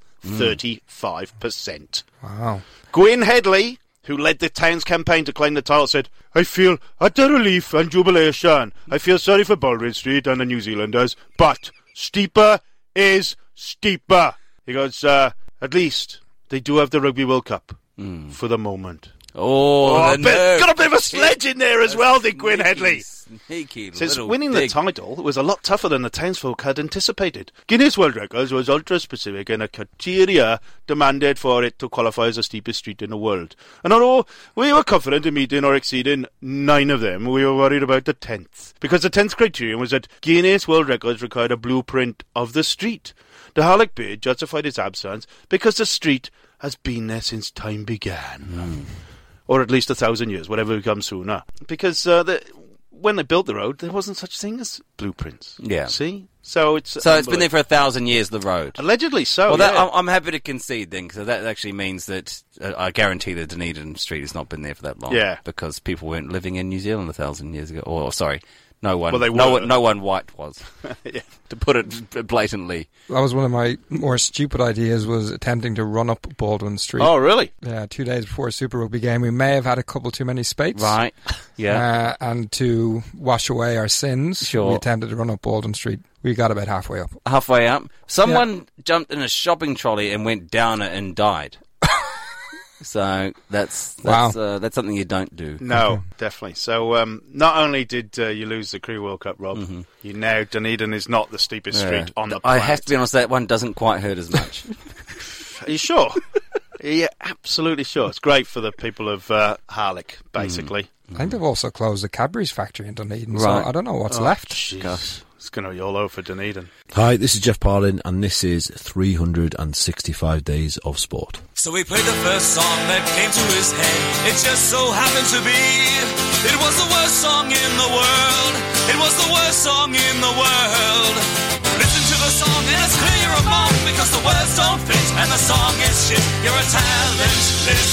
[SPEAKER 4] 35%.
[SPEAKER 6] Wow.
[SPEAKER 4] Gwyn Headley, who led the town's campaign to claim the title, said, I feel utter relief and jubilation. I feel sorry for Baldwin Street and the New Zealanders, but steeper is steeper. He goes, uh, at least they do have the Rugby World Cup for the moment.
[SPEAKER 5] Oh,
[SPEAKER 4] Oh,
[SPEAKER 5] the
[SPEAKER 4] a bit-
[SPEAKER 5] nerve.
[SPEAKER 4] got a bit of a sledge in there as well, did Gwyn Headley.
[SPEAKER 5] Sneaky
[SPEAKER 4] Since
[SPEAKER 5] little
[SPEAKER 4] winning
[SPEAKER 5] dig.
[SPEAKER 4] the title was a lot tougher than the townsfolk had anticipated. Guinness World Records was ultra specific and a criteria demanded for it to qualify as the steepest street in the world. And although we were confident in meeting or exceeding nine of them, we were worried about the tenth. Because the tenth criterion was that Guinness World Records required a blueprint of the street. The Harlech Bid justified its absence because the street has been there since time began or at least a thousand years, whatever comes sooner. Because uh, the, when they built the road, there wasn't such thing as blueprints.
[SPEAKER 5] Yeah.
[SPEAKER 4] See, so it's
[SPEAKER 5] So it's been there for a thousand years. The road.
[SPEAKER 4] allegedly so.
[SPEAKER 5] well, that,
[SPEAKER 4] Oh,
[SPEAKER 5] um,
[SPEAKER 4] yeah.
[SPEAKER 5] I'm, I'm happy to concede then, because that actually means that uh, I guarantee that Dunedin Street has not been there for that long.
[SPEAKER 4] Yeah.
[SPEAKER 5] because people weren't living in New Zealand a thousand years ago. Or sorry, no one.
[SPEAKER 4] Well, they
[SPEAKER 5] no
[SPEAKER 4] were.
[SPEAKER 5] one. No one white was.
[SPEAKER 4] Yeah.
[SPEAKER 5] To put it blatantly.
[SPEAKER 6] That was one of my more stupid ideas. Was attempting to run up Baldwin Street.
[SPEAKER 4] Oh, really?
[SPEAKER 6] Yeah, two days before a Super Rugby game, we may have had a couple too many spates.
[SPEAKER 5] Right. Yeah.
[SPEAKER 6] Uh, and to wash away our sins,
[SPEAKER 5] Sure.
[SPEAKER 6] we attempted to run up Baldwin Street. We got about halfway up.
[SPEAKER 5] Halfway up, someone jumped in a shopping trolley and went down it and died. so that's that's uh, that's something you don't do.
[SPEAKER 4] No, definitely. So, um, not only did uh, you lose the Crew World Cup, Rob, you now Dunedin is not the steepest
[SPEAKER 5] Mm-hmm. Yeah.
[SPEAKER 4] street on the
[SPEAKER 5] Uh, I
[SPEAKER 4] planet.
[SPEAKER 5] have to be honest, that one doesn't quite hurt as much.
[SPEAKER 4] Are you sure? yeah, absolutely sure. It's great for the people of uh, Harlech, basically.
[SPEAKER 5] Mm.
[SPEAKER 6] I think they've also closed the Cadbury's factory in Dunedin, so
[SPEAKER 5] Right. Oh,
[SPEAKER 6] I don't know what's left.
[SPEAKER 4] Jeez. It's going to be all over Dunedin.
[SPEAKER 7] Hi, this is Jeff Parlin, and this is 365 Days of Sport.
[SPEAKER 8] So he played the first song that came to his head. It just so happened to be. It was the worst song in the world. It was the worst song in the world. Listen to the song and it's clear of mind because the words don't fit and the song is shit. You're a talentless kid.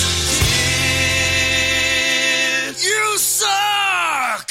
[SPEAKER 8] You suck!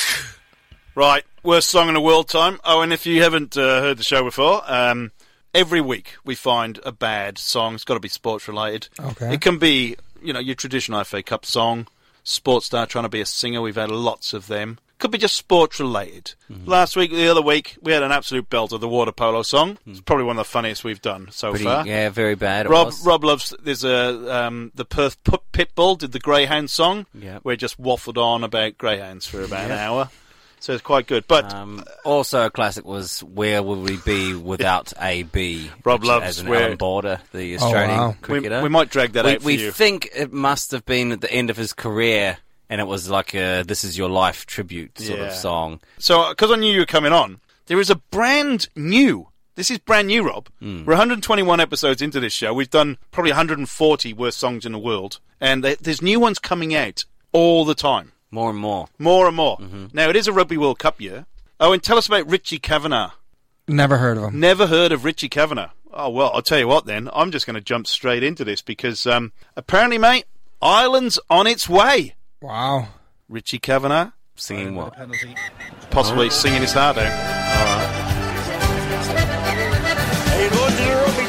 [SPEAKER 4] Right, worst song in the world time. Oh, and if you haven't uh, heard the show before, um, every week we find a bad song. It's got to be sports related.
[SPEAKER 6] Okay.
[SPEAKER 4] It can be, you know, your traditional FA Cup song, sports star trying to be a singer. We've had lots of them. Could be just sports related. Last week, the other week, we had an absolute belt of the water polo song. It's probably one of the funniest we've done so
[SPEAKER 5] Pretty,
[SPEAKER 4] far.
[SPEAKER 5] yeah, very bad. it
[SPEAKER 4] Rob,
[SPEAKER 5] was.
[SPEAKER 4] Rob loves. There's a um, the Perth P- Pitbull did the Greyhound song,
[SPEAKER 5] Yeah.
[SPEAKER 4] where it just waffled on about greyhounds for about an hour. So it's quite good. But
[SPEAKER 5] Um, also, a classic was "Where Would We Be Without AB?"
[SPEAKER 4] Rob
[SPEAKER 5] which,
[SPEAKER 4] loves
[SPEAKER 5] as an
[SPEAKER 4] where-
[SPEAKER 5] Alan Border, the Australian
[SPEAKER 6] wow.
[SPEAKER 4] we,
[SPEAKER 5] cricketer.
[SPEAKER 4] we might drag that
[SPEAKER 5] we,
[SPEAKER 4] out for
[SPEAKER 5] we
[SPEAKER 4] you.
[SPEAKER 5] think it must have been at the end of his career, and it was like a "This Is Your Life" tribute sort
[SPEAKER 4] Yeah.
[SPEAKER 5] of song.
[SPEAKER 4] so, because I knew you were coming on, there is a brand new. This is brand new, Rob.
[SPEAKER 5] Hmm.
[SPEAKER 4] We're 121 episodes into this show. We've done probably 140 worst songs in the world, and there- there's new ones coming out all the time,
[SPEAKER 5] More and more.
[SPEAKER 4] more and more.
[SPEAKER 5] Mm-hmm.
[SPEAKER 4] Now it is a Rugby World Cup year. Oh, and tell us about Richie Kavanagh.
[SPEAKER 6] Never heard of them.
[SPEAKER 4] Never heard of Richie Kavanagh. Oh well, I'll tell you what then. I'm just going to jump straight into this because um, apparently, mate, Ireland's on its way.
[SPEAKER 6] Wow.
[SPEAKER 4] Richie Kavanagh
[SPEAKER 5] Singing what?
[SPEAKER 4] possibly singing his heart out.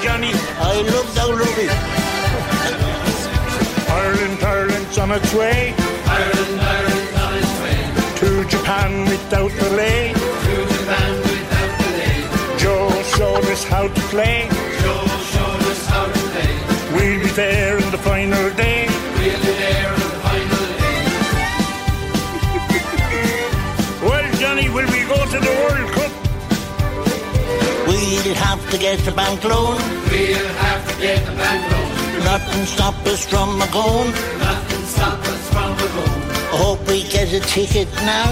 [SPEAKER 9] Johnny. I love thou, Robbie. Ireland, Ireland's on its way. Ireland, Ireland's on its way. To Japan without delay. To Japan without delay. Joe showed us how to play. Joe showed us how to play. We'll be there in the final day. We'll be there in the final day. well, Johnny, will we go to the World Cup?
[SPEAKER 10] We'll have to get a bank loan.
[SPEAKER 9] We'll have to get the bank loan.
[SPEAKER 10] Nothing stop us from a going.
[SPEAKER 9] Nothing stop us from the goal.
[SPEAKER 10] I hope we get a ticket now.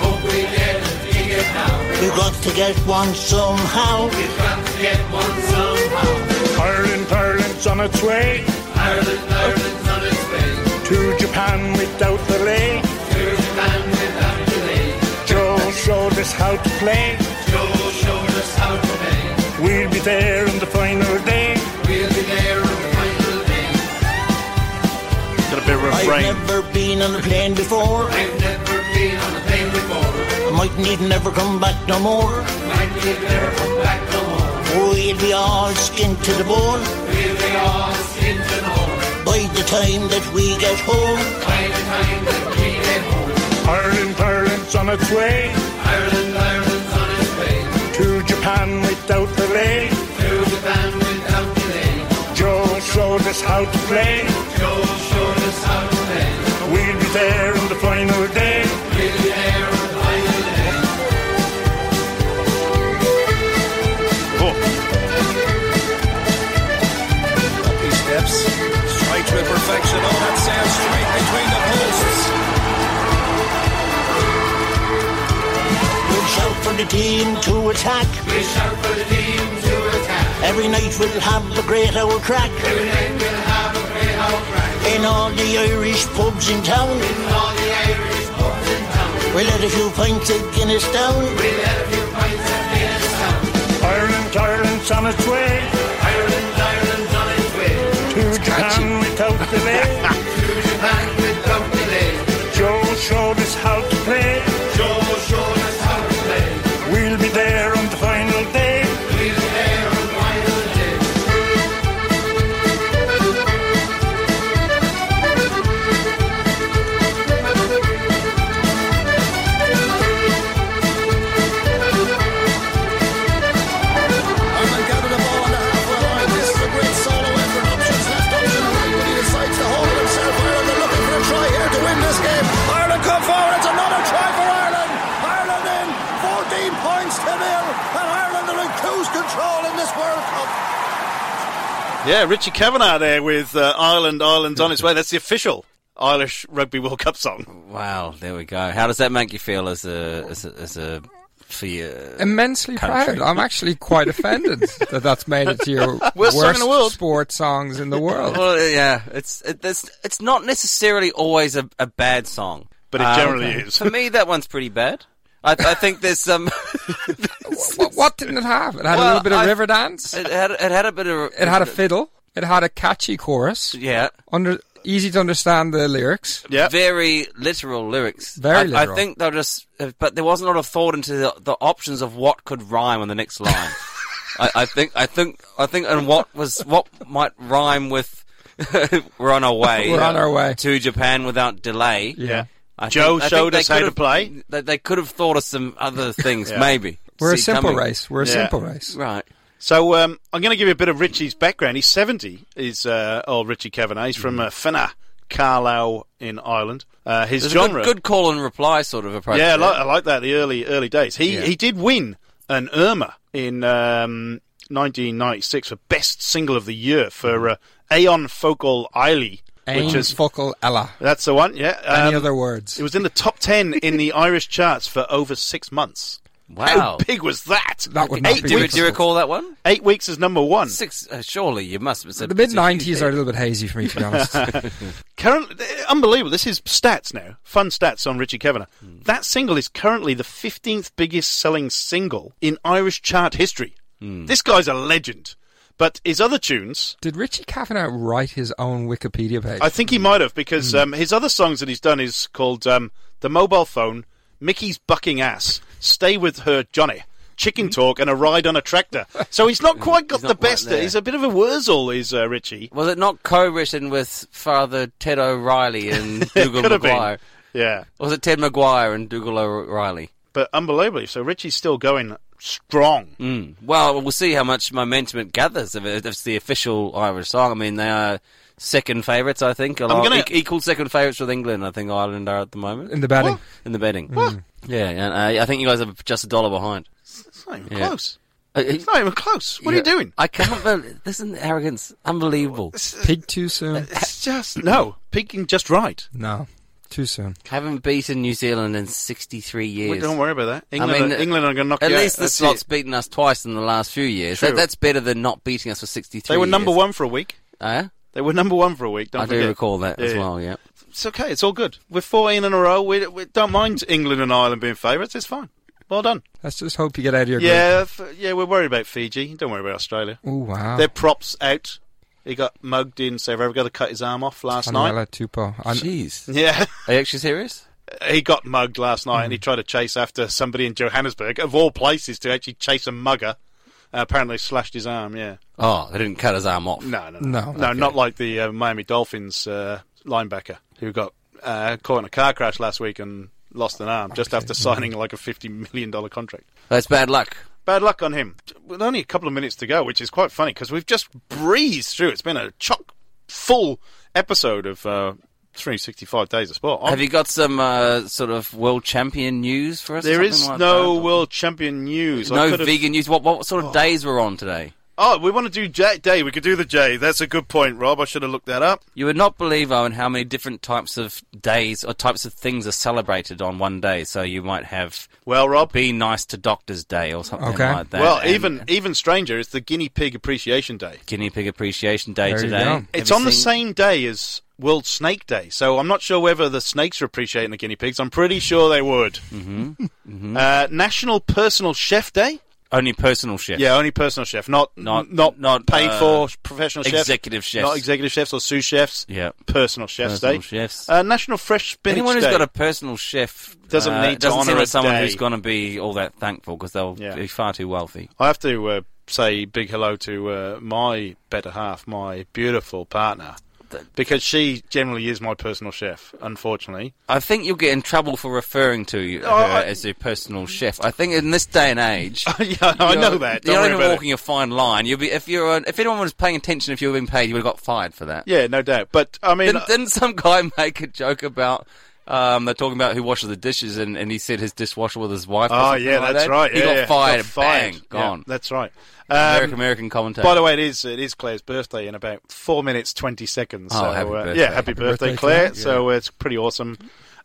[SPEAKER 9] Hope we get a ticket now.
[SPEAKER 10] We got to get one somehow.
[SPEAKER 9] We've got to get one somehow. Ireland, Ireland's on its way. Ireland, Ireland's on its way. To Japan without delay. To Japan without delay. Joe showed us how to play. Joe showed us how to play. We'll be there on the final day. We'll be there on the final day.
[SPEAKER 4] Got a bit of refrain.
[SPEAKER 10] I've never been on a plane before.
[SPEAKER 9] I've never been on a plane before.
[SPEAKER 10] I might need never come back no more.
[SPEAKER 9] Might be never come back no more.
[SPEAKER 10] We'll be all skinned to the bone
[SPEAKER 9] We'll be all skinned and all.
[SPEAKER 10] by the time that we get home.
[SPEAKER 9] By the time that we get home. Ireland, Ireland's on its way. Ireland, Ireland's on its way. To Japan without delay. To Japan without delay. Joe showed us how to play. Joe showed us how to play. We'll be there on the final day. We'll be there on the final day.
[SPEAKER 5] Oh.
[SPEAKER 11] He steps straight to perfection. Oh, that sounds straight between the posts.
[SPEAKER 10] We'll shout for the team to attack.
[SPEAKER 9] We shout for the team to attack.
[SPEAKER 10] Every night we'll have a great old crack.
[SPEAKER 9] Every night we'll have a great outbreak.
[SPEAKER 10] In all the Irish pubs in town.
[SPEAKER 9] In all the Irish pubs in town.
[SPEAKER 10] We'll let a few pints of Guinness down.
[SPEAKER 9] We'll have a few pints of Guinness down.
[SPEAKER 11] Ireland, Ireland's on its way.
[SPEAKER 9] Ireland, Ireland's on its way.
[SPEAKER 11] To Japan without delay.
[SPEAKER 9] To Japan without delay.
[SPEAKER 11] Joe showed us how to play.
[SPEAKER 9] Joe showed us how to play.
[SPEAKER 11] We'll be there on the final day.
[SPEAKER 9] We'll be there on the final day.
[SPEAKER 11] Ireland gathered the ball on the halfway line. This is a great solo effort. Options left, option right. But he decides to hold it himself. Ireland are looking for a try here to win this game. Ireland come forward. It's another try for Ireland. Ireland in 14 points to nil. And Ireland are in cruise control in this World Cup.
[SPEAKER 4] Yeah, Richie Kavanagh there with uh, Ireland, Ireland's on its way. That's the official Irish Rugby World Cup song.
[SPEAKER 5] Wow, there we go. How does that make you feel as a as a, as a for your
[SPEAKER 6] Immensely
[SPEAKER 5] Country.
[SPEAKER 6] proud. I'm actually quite offended that that's made it to your
[SPEAKER 4] Worst
[SPEAKER 6] worst,
[SPEAKER 4] song in the world.
[SPEAKER 6] sports songs in the world.
[SPEAKER 5] Well, yeah, it's it, it's, it's not necessarily always a, a bad song, Um,
[SPEAKER 4] But it generally is.
[SPEAKER 5] For me, that one's pretty bad. I, I think there's some.
[SPEAKER 6] what, what didn't it have? It had
[SPEAKER 5] Well,
[SPEAKER 6] a little bit of
[SPEAKER 5] I-
[SPEAKER 6] river dance. It,
[SPEAKER 5] It had it had a bit of
[SPEAKER 6] had a fiddle. It had a catchy chorus.
[SPEAKER 5] yeah.
[SPEAKER 6] Under easy to understand the lyrics.
[SPEAKER 4] Yeah.
[SPEAKER 5] Very literal lyrics.
[SPEAKER 6] Very
[SPEAKER 5] I, I
[SPEAKER 6] literal.
[SPEAKER 5] think they'll just, uh, but there wasn't a lot of thought into the, the options of what could rhyme on the next line. I, I think, I think, I think, and what was what might rhyme with "We're on our way."
[SPEAKER 6] We're on our way.
[SPEAKER 5] to Japan without delay.
[SPEAKER 6] Yeah.
[SPEAKER 5] I think-
[SPEAKER 4] Joe
[SPEAKER 5] I think
[SPEAKER 4] showed
[SPEAKER 5] they
[SPEAKER 4] us how
[SPEAKER 5] could
[SPEAKER 4] to
[SPEAKER 5] have-
[SPEAKER 4] play.
[SPEAKER 5] They, they could have thought of some other things, maybe.
[SPEAKER 6] We're a
[SPEAKER 5] See
[SPEAKER 6] simple
[SPEAKER 5] coming.
[SPEAKER 6] race. We're a
[SPEAKER 4] Yeah.
[SPEAKER 6] simple race.
[SPEAKER 5] right?
[SPEAKER 4] So um, I'm going to give you a bit of Richie's background. He's 70, is uh, old Richie Kavanagh. He's from uh, Finna, Carlisle in Ireland. Uh, his
[SPEAKER 5] There's
[SPEAKER 4] genre.
[SPEAKER 5] a good, good call and reply sort of approach.
[SPEAKER 4] yeah, I
[SPEAKER 5] there.
[SPEAKER 6] uh,
[SPEAKER 4] like, I like that. The early early days. He
[SPEAKER 5] Yeah.
[SPEAKER 4] he did win an Irma in um, 1996 for best single of the year for uh, Aon Focal Eile, which
[SPEAKER 6] Aim
[SPEAKER 4] is
[SPEAKER 6] Fuckle Ella.
[SPEAKER 4] that's the one. Yeah.
[SPEAKER 6] Any
[SPEAKER 4] um,
[SPEAKER 6] other words?
[SPEAKER 4] It was in the top ten in the Irish charts for over six months. How
[SPEAKER 5] wow.
[SPEAKER 4] big was that?
[SPEAKER 6] That would not
[SPEAKER 4] eight
[SPEAKER 6] be
[SPEAKER 5] Do you,
[SPEAKER 4] weeks.
[SPEAKER 5] do you recall that one?
[SPEAKER 4] Eight weeks is number one.
[SPEAKER 5] Six. Uh, surely you must have said
[SPEAKER 6] the mid '90s are a little bit hazy for me, to be honest.
[SPEAKER 4] Current, eh, unbelievable. This is stats now. Fun stats on Richie Kavanagh.
[SPEAKER 5] Hmm.
[SPEAKER 4] That single is currently the 15th biggest selling single in Irish chart history.
[SPEAKER 5] Hmm.
[SPEAKER 4] This guy's a legend. But his other tunes,
[SPEAKER 6] Did Richie Kavanagh write his own Wikipedia page?
[SPEAKER 4] I think he might have because
[SPEAKER 5] Hmm.
[SPEAKER 4] um, his other songs that he's done is called um, "The Mobile Phone," "Mickey's Bucking Ass," "Stay with Her, Johnny," chicken talk and a ride on a tractor. So he's not quite got
[SPEAKER 5] Hmm. He's not
[SPEAKER 4] the
[SPEAKER 5] quite
[SPEAKER 4] best.
[SPEAKER 5] there.
[SPEAKER 4] he's a bit of a Wurzel, is uh, Richie.
[SPEAKER 5] Was it not co-written with Father Ted O'Reilly and Dougal
[SPEAKER 4] Could have been.
[SPEAKER 5] McGuire?
[SPEAKER 4] Yeah.
[SPEAKER 5] Or was it Ted McGuire and Dougal O'Reilly?
[SPEAKER 4] But unbelievably, so Richie's still going strong.
[SPEAKER 5] Mm. Well, we'll see how much momentum it gathers if it- if it's the official Irish song. I mean, they are second favourites, I think. Along,
[SPEAKER 4] gonna-
[SPEAKER 5] e- equal second favourites with England. I think Ireland are at the moment
[SPEAKER 6] In the batting. What?
[SPEAKER 5] In the betting.
[SPEAKER 4] Hmm.
[SPEAKER 5] Yeah, and uh, I think you guys are just a dollar behind.
[SPEAKER 4] It's not even
[SPEAKER 5] Yeah.
[SPEAKER 4] close.
[SPEAKER 5] Uh,
[SPEAKER 4] It's not even close. What are you doing?
[SPEAKER 5] I can't believe this is arrogance. Unbelievable.
[SPEAKER 6] Pig too soon?
[SPEAKER 4] It's just no peaking just right.
[SPEAKER 6] No, too soon.
[SPEAKER 5] Haven't beaten New Zealand in 63 years.
[SPEAKER 4] Well, don't worry about that. England, are, England are going to knock
[SPEAKER 5] uh, At
[SPEAKER 4] you out.
[SPEAKER 5] least the
[SPEAKER 4] That's
[SPEAKER 5] slot's
[SPEAKER 4] it.
[SPEAKER 5] beaten us twice in the last few years.
[SPEAKER 4] True.
[SPEAKER 5] That, that's better than not beating us for 63
[SPEAKER 4] They were number
[SPEAKER 5] years.
[SPEAKER 4] one for a week.
[SPEAKER 5] Eh?
[SPEAKER 4] They were number one for a week. Don't
[SPEAKER 5] I
[SPEAKER 4] forget.
[SPEAKER 5] do recall that as
[SPEAKER 4] Yeah.
[SPEAKER 5] well, yeah.
[SPEAKER 4] It's okay. It's all good. We're 14 in a row. We, we don't mind England and Ireland being favourites. It's fine. Well done.
[SPEAKER 6] Let's just hope you get out of your
[SPEAKER 4] Yeah, f- yeah. We're worried about Fiji. Don't worry about Australia.
[SPEAKER 6] group. Oh,
[SPEAKER 5] Ah.
[SPEAKER 6] wow.
[SPEAKER 4] Their props out. He got mugged in South Africa. They cut his arm off last night.
[SPEAKER 6] Anuela Tupou. An-
[SPEAKER 5] Jeez.
[SPEAKER 4] Yeah.
[SPEAKER 5] Are you actually serious?
[SPEAKER 4] he got mugged last night and he tried to chase after somebody in Johannesburg, of all places, to actually chase a mugger. Uh, apparently slashed his arm, yeah.
[SPEAKER 5] Oh, they didn't cut his arm off.
[SPEAKER 4] No, no,
[SPEAKER 6] No.
[SPEAKER 4] no. No, not like the uh, Miami Dolphins uh, linebacker who got uh, caught in a car crash last week and lost an arm just after signing like a $50 million contract.
[SPEAKER 5] That's bad luck.
[SPEAKER 4] Bad luck on him. With only a couple of minutes to go, which is quite funny because we've just breezed through. It's been a chock full episode of uh, 365 Days of Sport.
[SPEAKER 5] Have you got some uh, sort of world champion news for us?
[SPEAKER 4] There
[SPEAKER 5] Something
[SPEAKER 4] is
[SPEAKER 5] like
[SPEAKER 4] no
[SPEAKER 5] that?
[SPEAKER 4] world champion news. I
[SPEAKER 5] No
[SPEAKER 4] could've-
[SPEAKER 5] vegan news. What, what sort of days were on today?
[SPEAKER 4] Oh, we want to do J Day. We could do the J. That's a good point, Rob. I should have looked that up.
[SPEAKER 5] You would not believe, Owen, how many different types of days or types of things are celebrated on one day. So you might have
[SPEAKER 4] Well, Rob.
[SPEAKER 5] Be Nice to Doctors Day or something
[SPEAKER 6] Okay.
[SPEAKER 5] like that.
[SPEAKER 4] well,
[SPEAKER 5] and
[SPEAKER 4] even even stranger, it's the Guinea Pig Appreciation Day.
[SPEAKER 5] Guinea Pig Appreciation Day
[SPEAKER 6] There you
[SPEAKER 5] today.
[SPEAKER 6] go.
[SPEAKER 5] Have
[SPEAKER 4] it's
[SPEAKER 5] you
[SPEAKER 4] on the
[SPEAKER 5] seen-
[SPEAKER 4] same day as World Snake Day, so I'm not sure whether the snakes are appreciating the guinea pigs. I'm pretty sure they would. Mm-hmm. Uh, National Personal Chef Day.
[SPEAKER 5] Only personal chef.
[SPEAKER 4] Yeah, only personal chef, not
[SPEAKER 5] Not-
[SPEAKER 4] not not,
[SPEAKER 5] not,
[SPEAKER 4] paid
[SPEAKER 5] uh,
[SPEAKER 4] for professional chefs,
[SPEAKER 5] executive chefs.
[SPEAKER 4] not executive chefs or sous chefs.
[SPEAKER 5] Yeah.
[SPEAKER 4] personal chefs day.
[SPEAKER 5] Personal chefs.
[SPEAKER 4] Uh, National Fresh Spinach
[SPEAKER 5] Anyone who's
[SPEAKER 4] Day.
[SPEAKER 5] got a personal chef
[SPEAKER 4] Doesn't
[SPEAKER 5] uh,
[SPEAKER 4] need to
[SPEAKER 5] doesn't seem
[SPEAKER 4] honour
[SPEAKER 5] like
[SPEAKER 4] a
[SPEAKER 5] someone
[SPEAKER 4] day.
[SPEAKER 5] who's going to be all that thankful because they'll
[SPEAKER 4] Yeah.
[SPEAKER 5] be far too wealthy.
[SPEAKER 4] I have to uh, say big hello to uh, my better half, my beautiful partner, because she generally is my personal chef. Unfortunately,
[SPEAKER 5] I think you'll get in trouble for referring to her
[SPEAKER 4] Oh, I-
[SPEAKER 5] as your personal chef. I think in this day and age,
[SPEAKER 4] yeah, I know
[SPEAKER 5] you're-
[SPEAKER 4] that. Don't
[SPEAKER 5] You're
[SPEAKER 4] worry
[SPEAKER 5] not even
[SPEAKER 4] about it.
[SPEAKER 5] walking a fine line. You'll be if you're an, if anyone was paying attention, if you were being paid, you would have got fired for that.
[SPEAKER 4] Yeah, no doubt. But I mean,
[SPEAKER 5] Didn't, didn't some guy make a joke about? Um, they're talking about who washes the dishes, and, and he said his dishwasher with his wife. or
[SPEAKER 4] oh
[SPEAKER 5] something
[SPEAKER 4] yeah,
[SPEAKER 5] like
[SPEAKER 4] that's
[SPEAKER 5] that.
[SPEAKER 4] right.
[SPEAKER 5] He
[SPEAKER 4] yeah,
[SPEAKER 5] got,
[SPEAKER 4] yeah.
[SPEAKER 5] fired,
[SPEAKER 4] Got fired.
[SPEAKER 5] Bang.
[SPEAKER 4] Yeah,
[SPEAKER 5] Gone.
[SPEAKER 4] that's right.
[SPEAKER 5] American
[SPEAKER 4] Um,
[SPEAKER 5] American commentator.
[SPEAKER 4] by the way, it is it is Claire's birthday in about four minutes twenty seconds.
[SPEAKER 5] Oh,
[SPEAKER 4] so,
[SPEAKER 5] happy
[SPEAKER 4] uh,
[SPEAKER 5] birthday.
[SPEAKER 4] yeah, happy, birthday,
[SPEAKER 6] birthday,
[SPEAKER 4] Claire.
[SPEAKER 6] Claire.
[SPEAKER 4] So uh, it's pretty awesome.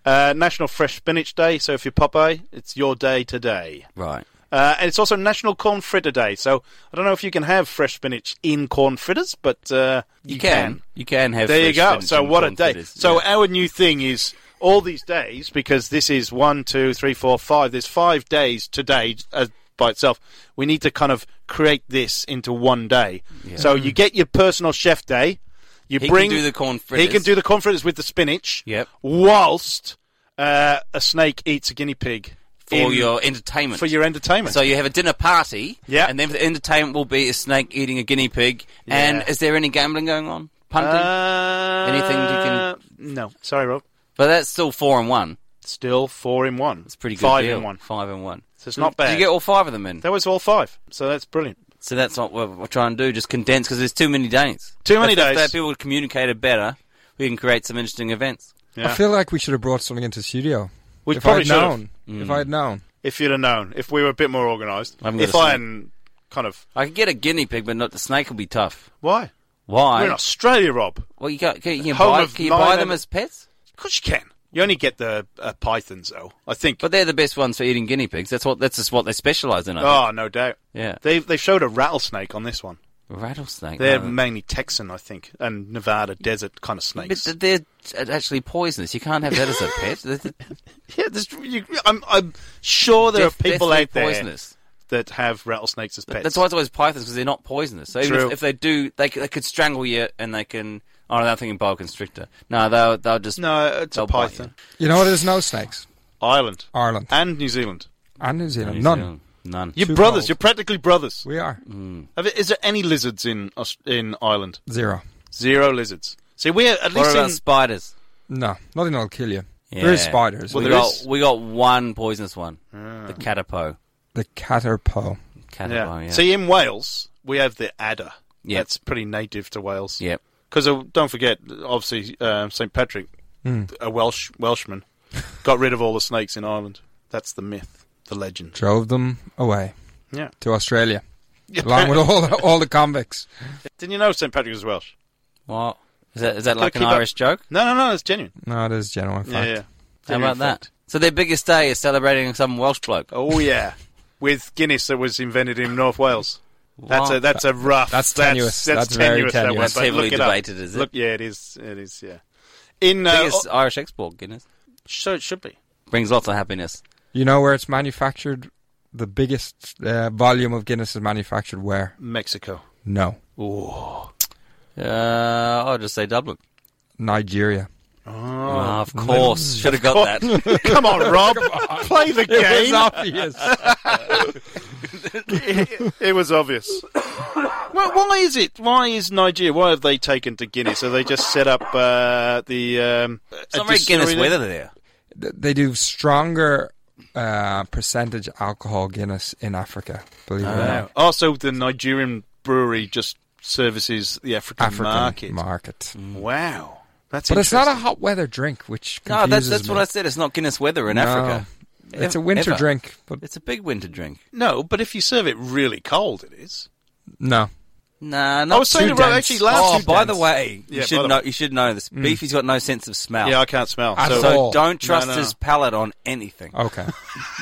[SPEAKER 4] Uh, National Fresh Spinach Day. So if you're Popeye, it's your day today.
[SPEAKER 5] right.
[SPEAKER 4] Uh, and it's also National Corn Fritter Day. So I don't know if you can have fresh spinach in corn fritters, but uh,
[SPEAKER 5] You, can. You can have.
[SPEAKER 4] There you
[SPEAKER 5] fresh
[SPEAKER 4] go.
[SPEAKER 5] spinach
[SPEAKER 4] So
[SPEAKER 5] and
[SPEAKER 4] what a
[SPEAKER 5] corn
[SPEAKER 4] day.
[SPEAKER 5] fritters.
[SPEAKER 4] So
[SPEAKER 5] Yeah.
[SPEAKER 4] our new thing is all these days because this is one, two, three, four, five. There's five days today uh, by itself. We need to kind of create this into one day. So you get your personal chef day. You
[SPEAKER 5] He can
[SPEAKER 4] bring
[SPEAKER 5] do the corn
[SPEAKER 4] He can
[SPEAKER 5] fritters.
[SPEAKER 4] do the corn fritters with the spinach.
[SPEAKER 5] Yep.
[SPEAKER 4] Whilst uh, a snake eats a guinea pig
[SPEAKER 5] for
[SPEAKER 4] in-
[SPEAKER 5] your entertainment.
[SPEAKER 4] for your entertainment.
[SPEAKER 5] So you have a dinner party,
[SPEAKER 4] Yeah.
[SPEAKER 5] and then the entertainment will be a snake eating a guinea pig.
[SPEAKER 4] Yeah.
[SPEAKER 5] And is there any gambling going on? Punting,
[SPEAKER 4] Uh,
[SPEAKER 5] Anything you
[SPEAKER 4] No, sorry, Rob.
[SPEAKER 5] but that's still four and one.
[SPEAKER 4] Still four in one.
[SPEAKER 5] It's a pretty good.
[SPEAKER 4] Five
[SPEAKER 5] deal.
[SPEAKER 4] in one.
[SPEAKER 5] Five and one.
[SPEAKER 4] So it's not
[SPEAKER 5] Did
[SPEAKER 4] bad.
[SPEAKER 5] you get all five of them in?
[SPEAKER 4] That was all five. So that's brilliant.
[SPEAKER 5] So that's what we're, we're trying to do. Just condense because there's too many days.
[SPEAKER 4] Too many
[SPEAKER 5] If- if
[SPEAKER 4] days.
[SPEAKER 5] that people communicated better, we can create some interesting events.
[SPEAKER 4] Yeah.
[SPEAKER 6] I feel like we should have brought something into the studio.
[SPEAKER 4] We
[SPEAKER 6] if
[SPEAKER 4] probably
[SPEAKER 6] I'd
[SPEAKER 4] should've.
[SPEAKER 6] known. If
[SPEAKER 5] Mm.
[SPEAKER 6] I'd known.
[SPEAKER 4] If you'd have known, if we were a bit more organised,
[SPEAKER 5] I'm gonna
[SPEAKER 4] if I
[SPEAKER 5] say-
[SPEAKER 4] hadn't kind of
[SPEAKER 5] I could get a guinea pig, but not the snake will be tough.
[SPEAKER 4] why
[SPEAKER 5] Why?
[SPEAKER 4] we're in Australia, Rob.
[SPEAKER 5] Well, you, got, can, you can
[SPEAKER 4] Home
[SPEAKER 5] buy,
[SPEAKER 4] of
[SPEAKER 5] can you
[SPEAKER 4] nine
[SPEAKER 5] buy
[SPEAKER 4] and-
[SPEAKER 5] them as pets?
[SPEAKER 4] Of course you can. You only get the uh, pythons though. I think.
[SPEAKER 5] But they're the best ones for eating guinea pigs. That's what. That's just what they specialise in. I think.
[SPEAKER 4] oh, no doubt.
[SPEAKER 5] Yeah.
[SPEAKER 4] They they showed a rattlesnake on this one.
[SPEAKER 5] Rattlesnake.
[SPEAKER 4] Oh. They're
[SPEAKER 5] no.
[SPEAKER 4] mainly Texan, I think, and Nevada desert kind of snakes.
[SPEAKER 5] But th- they're uh, actually poisonous. You can't have that as a pet. They're- they're
[SPEAKER 4] yeah, there's, you, I'm I'm sure there
[SPEAKER 5] death-
[SPEAKER 4] are people
[SPEAKER 5] deathly
[SPEAKER 4] out there
[SPEAKER 5] poisonous.
[SPEAKER 4] that have rattlesnakes as pets.
[SPEAKER 5] That's why it's always pythons because they're not poisonous. So even
[SPEAKER 4] True.
[SPEAKER 5] if, if they do, they, c- they could strangle you and they can. Oh, no, I'm thinking boa constrictor. No, they'll they'll just
[SPEAKER 4] No, it's
[SPEAKER 5] they'll
[SPEAKER 4] a
[SPEAKER 5] bite
[SPEAKER 4] python.
[SPEAKER 5] you.
[SPEAKER 6] You know what? There's no snakes.
[SPEAKER 4] Ireland
[SPEAKER 6] Ireland
[SPEAKER 4] and New Zealand.
[SPEAKER 6] and New Zealand.
[SPEAKER 5] New
[SPEAKER 6] None.
[SPEAKER 5] Zealand. Mm. None.
[SPEAKER 4] You're
[SPEAKER 6] Two
[SPEAKER 4] brothers.
[SPEAKER 6] cold.
[SPEAKER 4] You're practically brothers.
[SPEAKER 6] We are.
[SPEAKER 4] Have- Is there any lizards in Aus- in Ireland?
[SPEAKER 6] Zero.
[SPEAKER 4] Zero lizards. See, we at
[SPEAKER 5] What
[SPEAKER 4] least
[SPEAKER 5] about
[SPEAKER 4] in
[SPEAKER 5] spiders?
[SPEAKER 6] No, nothing that'll kill you. There is
[SPEAKER 5] Yeah.
[SPEAKER 6] spiders.
[SPEAKER 5] we
[SPEAKER 4] there
[SPEAKER 5] got
[SPEAKER 4] is-
[SPEAKER 5] we got one poisonous one. The catapo.
[SPEAKER 6] The caterpo.
[SPEAKER 5] Catapo.
[SPEAKER 4] yeah.
[SPEAKER 5] Oh, Yeah.
[SPEAKER 4] See, in Wales we have the adder.
[SPEAKER 5] Yeah.
[SPEAKER 4] that's pretty native to Wales.
[SPEAKER 5] Yep.
[SPEAKER 4] Because don't forget, obviously, uh, St. Patrick,
[SPEAKER 6] Hmm.
[SPEAKER 4] a Welsh Welshman, got rid of all the snakes in Ireland. That's the myth, the legend.
[SPEAKER 6] Drove them away
[SPEAKER 4] Yeah.
[SPEAKER 6] to Australia, along with all the, all the convicts.
[SPEAKER 4] Didn't you know St. Patrick was Welsh?
[SPEAKER 5] What is that? Is that
[SPEAKER 4] Gotta
[SPEAKER 5] like an
[SPEAKER 4] keep up-
[SPEAKER 5] Irish joke?
[SPEAKER 4] No, no, no. It's genuine.
[SPEAKER 6] No, it is genuine fact.
[SPEAKER 4] Yeah, yeah.
[SPEAKER 5] How about
[SPEAKER 4] Genuine
[SPEAKER 5] that?
[SPEAKER 4] fact.
[SPEAKER 5] So their biggest day is celebrating some Welsh bloke.
[SPEAKER 4] Oh yeah, with Guinness that was invented in North Wales. That's a
[SPEAKER 5] Wow.
[SPEAKER 4] that's a rough.
[SPEAKER 6] That's tenuous. That's very
[SPEAKER 4] that
[SPEAKER 6] tenuous.
[SPEAKER 4] one,
[SPEAKER 5] That's
[SPEAKER 4] but
[SPEAKER 5] heavily
[SPEAKER 4] look it up.
[SPEAKER 5] debated, is it?
[SPEAKER 4] Look, yeah, it is. It is. Yeah. In
[SPEAKER 5] I
[SPEAKER 4] uh,
[SPEAKER 5] think it's
[SPEAKER 4] oh,
[SPEAKER 5] Irish export Guinness.
[SPEAKER 4] so it should be.
[SPEAKER 5] Brings lots of happiness.
[SPEAKER 6] You know where it's manufactured? The biggest uh, volume of Guinness is manufactured where?
[SPEAKER 4] Mexico.
[SPEAKER 6] No,
[SPEAKER 5] Uh, I'll just say Dublin.
[SPEAKER 6] Nigeria.
[SPEAKER 5] Ah, of course, should have got that.
[SPEAKER 4] Come on, Rob. Play the
[SPEAKER 6] It's
[SPEAKER 4] game.
[SPEAKER 6] obvious.
[SPEAKER 4] It was obvious. well, why is it? Why is Nigeria? Why have they taken to Guinness? Have they just set up uh, the? Um,
[SPEAKER 5] It's not very Guinness weather there.
[SPEAKER 6] Th- they do stronger uh, percentage alcohol Guinness in Africa. Believe
[SPEAKER 5] Oh,
[SPEAKER 6] it or not,
[SPEAKER 4] Also, Oh, the Nigerian brewery just services the African,
[SPEAKER 6] African
[SPEAKER 4] market.
[SPEAKER 6] market.
[SPEAKER 5] Mm.
[SPEAKER 4] Wow, that's
[SPEAKER 6] But it's not a
[SPEAKER 4] interesting.
[SPEAKER 6] hot weather drink, which
[SPEAKER 5] No, that's
[SPEAKER 6] confuses
[SPEAKER 5] that's
[SPEAKER 6] me.
[SPEAKER 5] what I said. It's not Guinness weather in
[SPEAKER 6] No.
[SPEAKER 5] Africa.
[SPEAKER 6] It's a
[SPEAKER 5] Ev-
[SPEAKER 6] winter
[SPEAKER 5] ever.
[SPEAKER 6] drink, but
[SPEAKER 5] It's a big winter drink.
[SPEAKER 4] No, but if you serve it really cold, it is.
[SPEAKER 6] no.
[SPEAKER 5] Nah, not
[SPEAKER 4] I was saying
[SPEAKER 5] too
[SPEAKER 4] to Rob,
[SPEAKER 5] dense.
[SPEAKER 4] actually, last
[SPEAKER 5] Oh,
[SPEAKER 4] too
[SPEAKER 5] by
[SPEAKER 4] dense.
[SPEAKER 5] the way,
[SPEAKER 4] Yeah,
[SPEAKER 5] you
[SPEAKER 4] by
[SPEAKER 5] should
[SPEAKER 4] the
[SPEAKER 5] know.
[SPEAKER 4] way. Mm.
[SPEAKER 5] You should know this. Beefy's got no sense of smell.
[SPEAKER 4] Yeah, I can't smell.
[SPEAKER 6] At
[SPEAKER 4] So,
[SPEAKER 5] so
[SPEAKER 6] all.
[SPEAKER 5] don't trust
[SPEAKER 4] no.
[SPEAKER 5] his palate on anything.
[SPEAKER 6] Okay,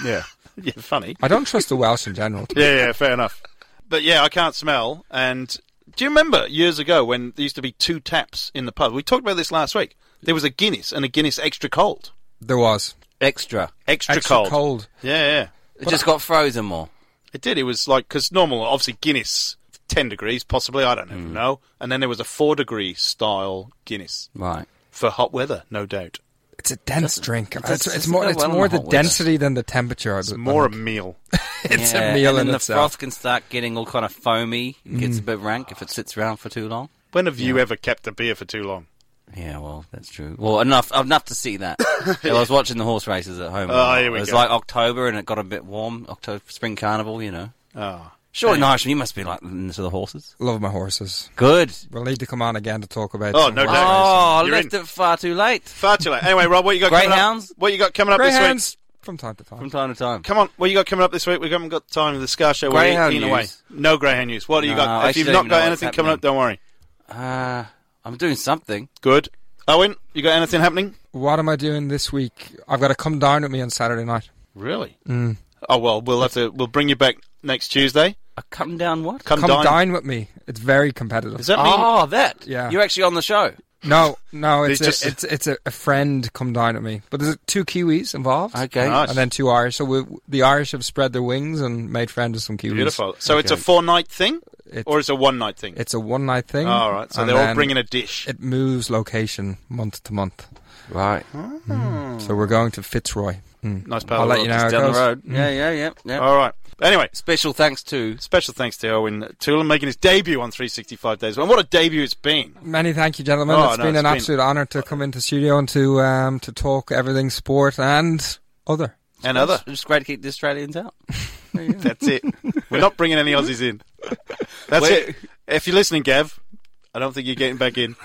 [SPEAKER 4] yeah, yeah, funny.
[SPEAKER 6] I don't trust the Welsh in general. to be
[SPEAKER 4] Yeah, yeah, fair enough. But yeah, I can't smell. And do you remember years ago when there used to be two taps in the pub? We talked about this last week. There was a Guinness and a Guinness extra cold.
[SPEAKER 6] There was
[SPEAKER 5] Extra.
[SPEAKER 4] Extra,
[SPEAKER 6] extra cold.
[SPEAKER 4] Yeah, yeah.
[SPEAKER 5] It just got frozen more.
[SPEAKER 4] It did. It was like because normal, obviously Guinness, ten degrees possibly. I don't even know. And then there was a four degree style Guinness
[SPEAKER 5] Right.
[SPEAKER 4] for hot weather, no doubt.
[SPEAKER 6] It's a dense drink. It's,
[SPEAKER 5] doesn't
[SPEAKER 6] it's more.
[SPEAKER 5] go
[SPEAKER 6] It's
[SPEAKER 5] well in
[SPEAKER 6] more
[SPEAKER 5] the
[SPEAKER 6] the
[SPEAKER 5] hot weather.
[SPEAKER 6] density than the temperature. I
[SPEAKER 4] It's
[SPEAKER 6] believe.
[SPEAKER 4] more a meal.
[SPEAKER 6] It's
[SPEAKER 5] Yeah,
[SPEAKER 6] a meal
[SPEAKER 5] and then
[SPEAKER 6] in
[SPEAKER 5] the
[SPEAKER 6] itself.
[SPEAKER 5] froth can start getting all kind of foamy. It
[SPEAKER 4] Mm.
[SPEAKER 5] gets a bit rank if it sits around for too long.
[SPEAKER 4] When have you ever kept a beer for too long?
[SPEAKER 5] Yeah, well, that's true. Well, enough enough to see that. Yeah, I was watching the horse races at home.
[SPEAKER 4] Oh, here we
[SPEAKER 5] it was
[SPEAKER 4] go.
[SPEAKER 5] like October, and it got a bit warm. October, spring carnival, you know.
[SPEAKER 4] Ah,
[SPEAKER 5] Surely, yeah. you must be like into the horses.
[SPEAKER 6] Love my horses.
[SPEAKER 5] Good.
[SPEAKER 6] We'll need to come on again to talk about.
[SPEAKER 4] Oh,
[SPEAKER 6] some
[SPEAKER 4] no
[SPEAKER 6] horse
[SPEAKER 4] doubt.
[SPEAKER 6] racing.
[SPEAKER 5] Oh,
[SPEAKER 4] You're
[SPEAKER 5] left
[SPEAKER 4] in.
[SPEAKER 5] it far too late
[SPEAKER 4] far too late. Anyway, Rob, what you got?
[SPEAKER 5] Greyhounds?
[SPEAKER 4] Coming up? What you got coming up this week?
[SPEAKER 6] Greyhounds from time to time.
[SPEAKER 5] from time to time.
[SPEAKER 4] Come on, what you got coming up this week? We haven't got time for the Scar Show. We're
[SPEAKER 5] Greyhound
[SPEAKER 4] eating away.
[SPEAKER 5] news.
[SPEAKER 4] No Greyhound news. What do you
[SPEAKER 5] No, I
[SPEAKER 4] got? If
[SPEAKER 5] actually
[SPEAKER 4] you've
[SPEAKER 5] don't
[SPEAKER 4] not
[SPEAKER 5] even
[SPEAKER 4] got
[SPEAKER 5] know
[SPEAKER 4] anything
[SPEAKER 5] what's
[SPEAKER 4] coming up,
[SPEAKER 5] happening.
[SPEAKER 4] don't worry.
[SPEAKER 5] Uh, I'm doing something.
[SPEAKER 4] Good. Owen, you got anything happening?
[SPEAKER 6] What am I doing this week? I've got to come down with me on Saturday night.
[SPEAKER 4] Really? Oh well, we'll have to. We'll bring you back next Tuesday.
[SPEAKER 5] A come down what?
[SPEAKER 4] Come,
[SPEAKER 6] Come
[SPEAKER 4] dine.
[SPEAKER 6] dine with me. It's very competitive.
[SPEAKER 4] Does that mean?
[SPEAKER 5] oh, that.
[SPEAKER 6] Yeah.
[SPEAKER 5] You're actually on the show.
[SPEAKER 6] No, no, it's a,
[SPEAKER 4] just-
[SPEAKER 6] it's it's a, a friend come down with me. But there's two Kiwis involved.
[SPEAKER 5] Okay.
[SPEAKER 4] Nice.
[SPEAKER 6] And then two Irish. So we, the Irish have spread their wings and made friends with some Kiwis.
[SPEAKER 4] Beautiful. So it's a
[SPEAKER 6] Okay.
[SPEAKER 4] four night thing,
[SPEAKER 6] It's-
[SPEAKER 4] or it's a one night thing.
[SPEAKER 6] It's a one night thing.
[SPEAKER 4] All right. So
[SPEAKER 6] and
[SPEAKER 4] they're all
[SPEAKER 6] then
[SPEAKER 4] bringing a dish.
[SPEAKER 6] It moves location month to month.
[SPEAKER 5] Right.
[SPEAKER 6] So we're going to Fitzroy. Hmm.
[SPEAKER 4] nice pal.
[SPEAKER 6] I'll let you know how it
[SPEAKER 5] Down
[SPEAKER 6] goes.
[SPEAKER 5] the road. Yeah, yeah, yeah. yeah.
[SPEAKER 4] All right. Anyway,
[SPEAKER 5] Special thanks to
[SPEAKER 4] special thanks to Owen Toole making his debut on 365 Days. And what a debut it's been!
[SPEAKER 6] Many thank you, gentlemen.
[SPEAKER 4] Oh,
[SPEAKER 6] it's
[SPEAKER 4] no,
[SPEAKER 6] been
[SPEAKER 4] it's
[SPEAKER 6] an
[SPEAKER 4] been-
[SPEAKER 6] absolute honour to come into studio and to um, to talk everything sport and other.
[SPEAKER 4] And other.
[SPEAKER 5] It's just great to keep the Australians out.
[SPEAKER 4] That's it. We're not bringing any Aussies in. That's
[SPEAKER 5] Wait.
[SPEAKER 4] it. If you're listening, Gav, I don't think you're getting back in.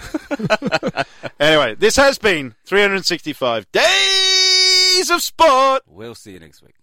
[SPEAKER 4] anyway, this has been 365 Days of Sport.
[SPEAKER 5] We'll see you next week.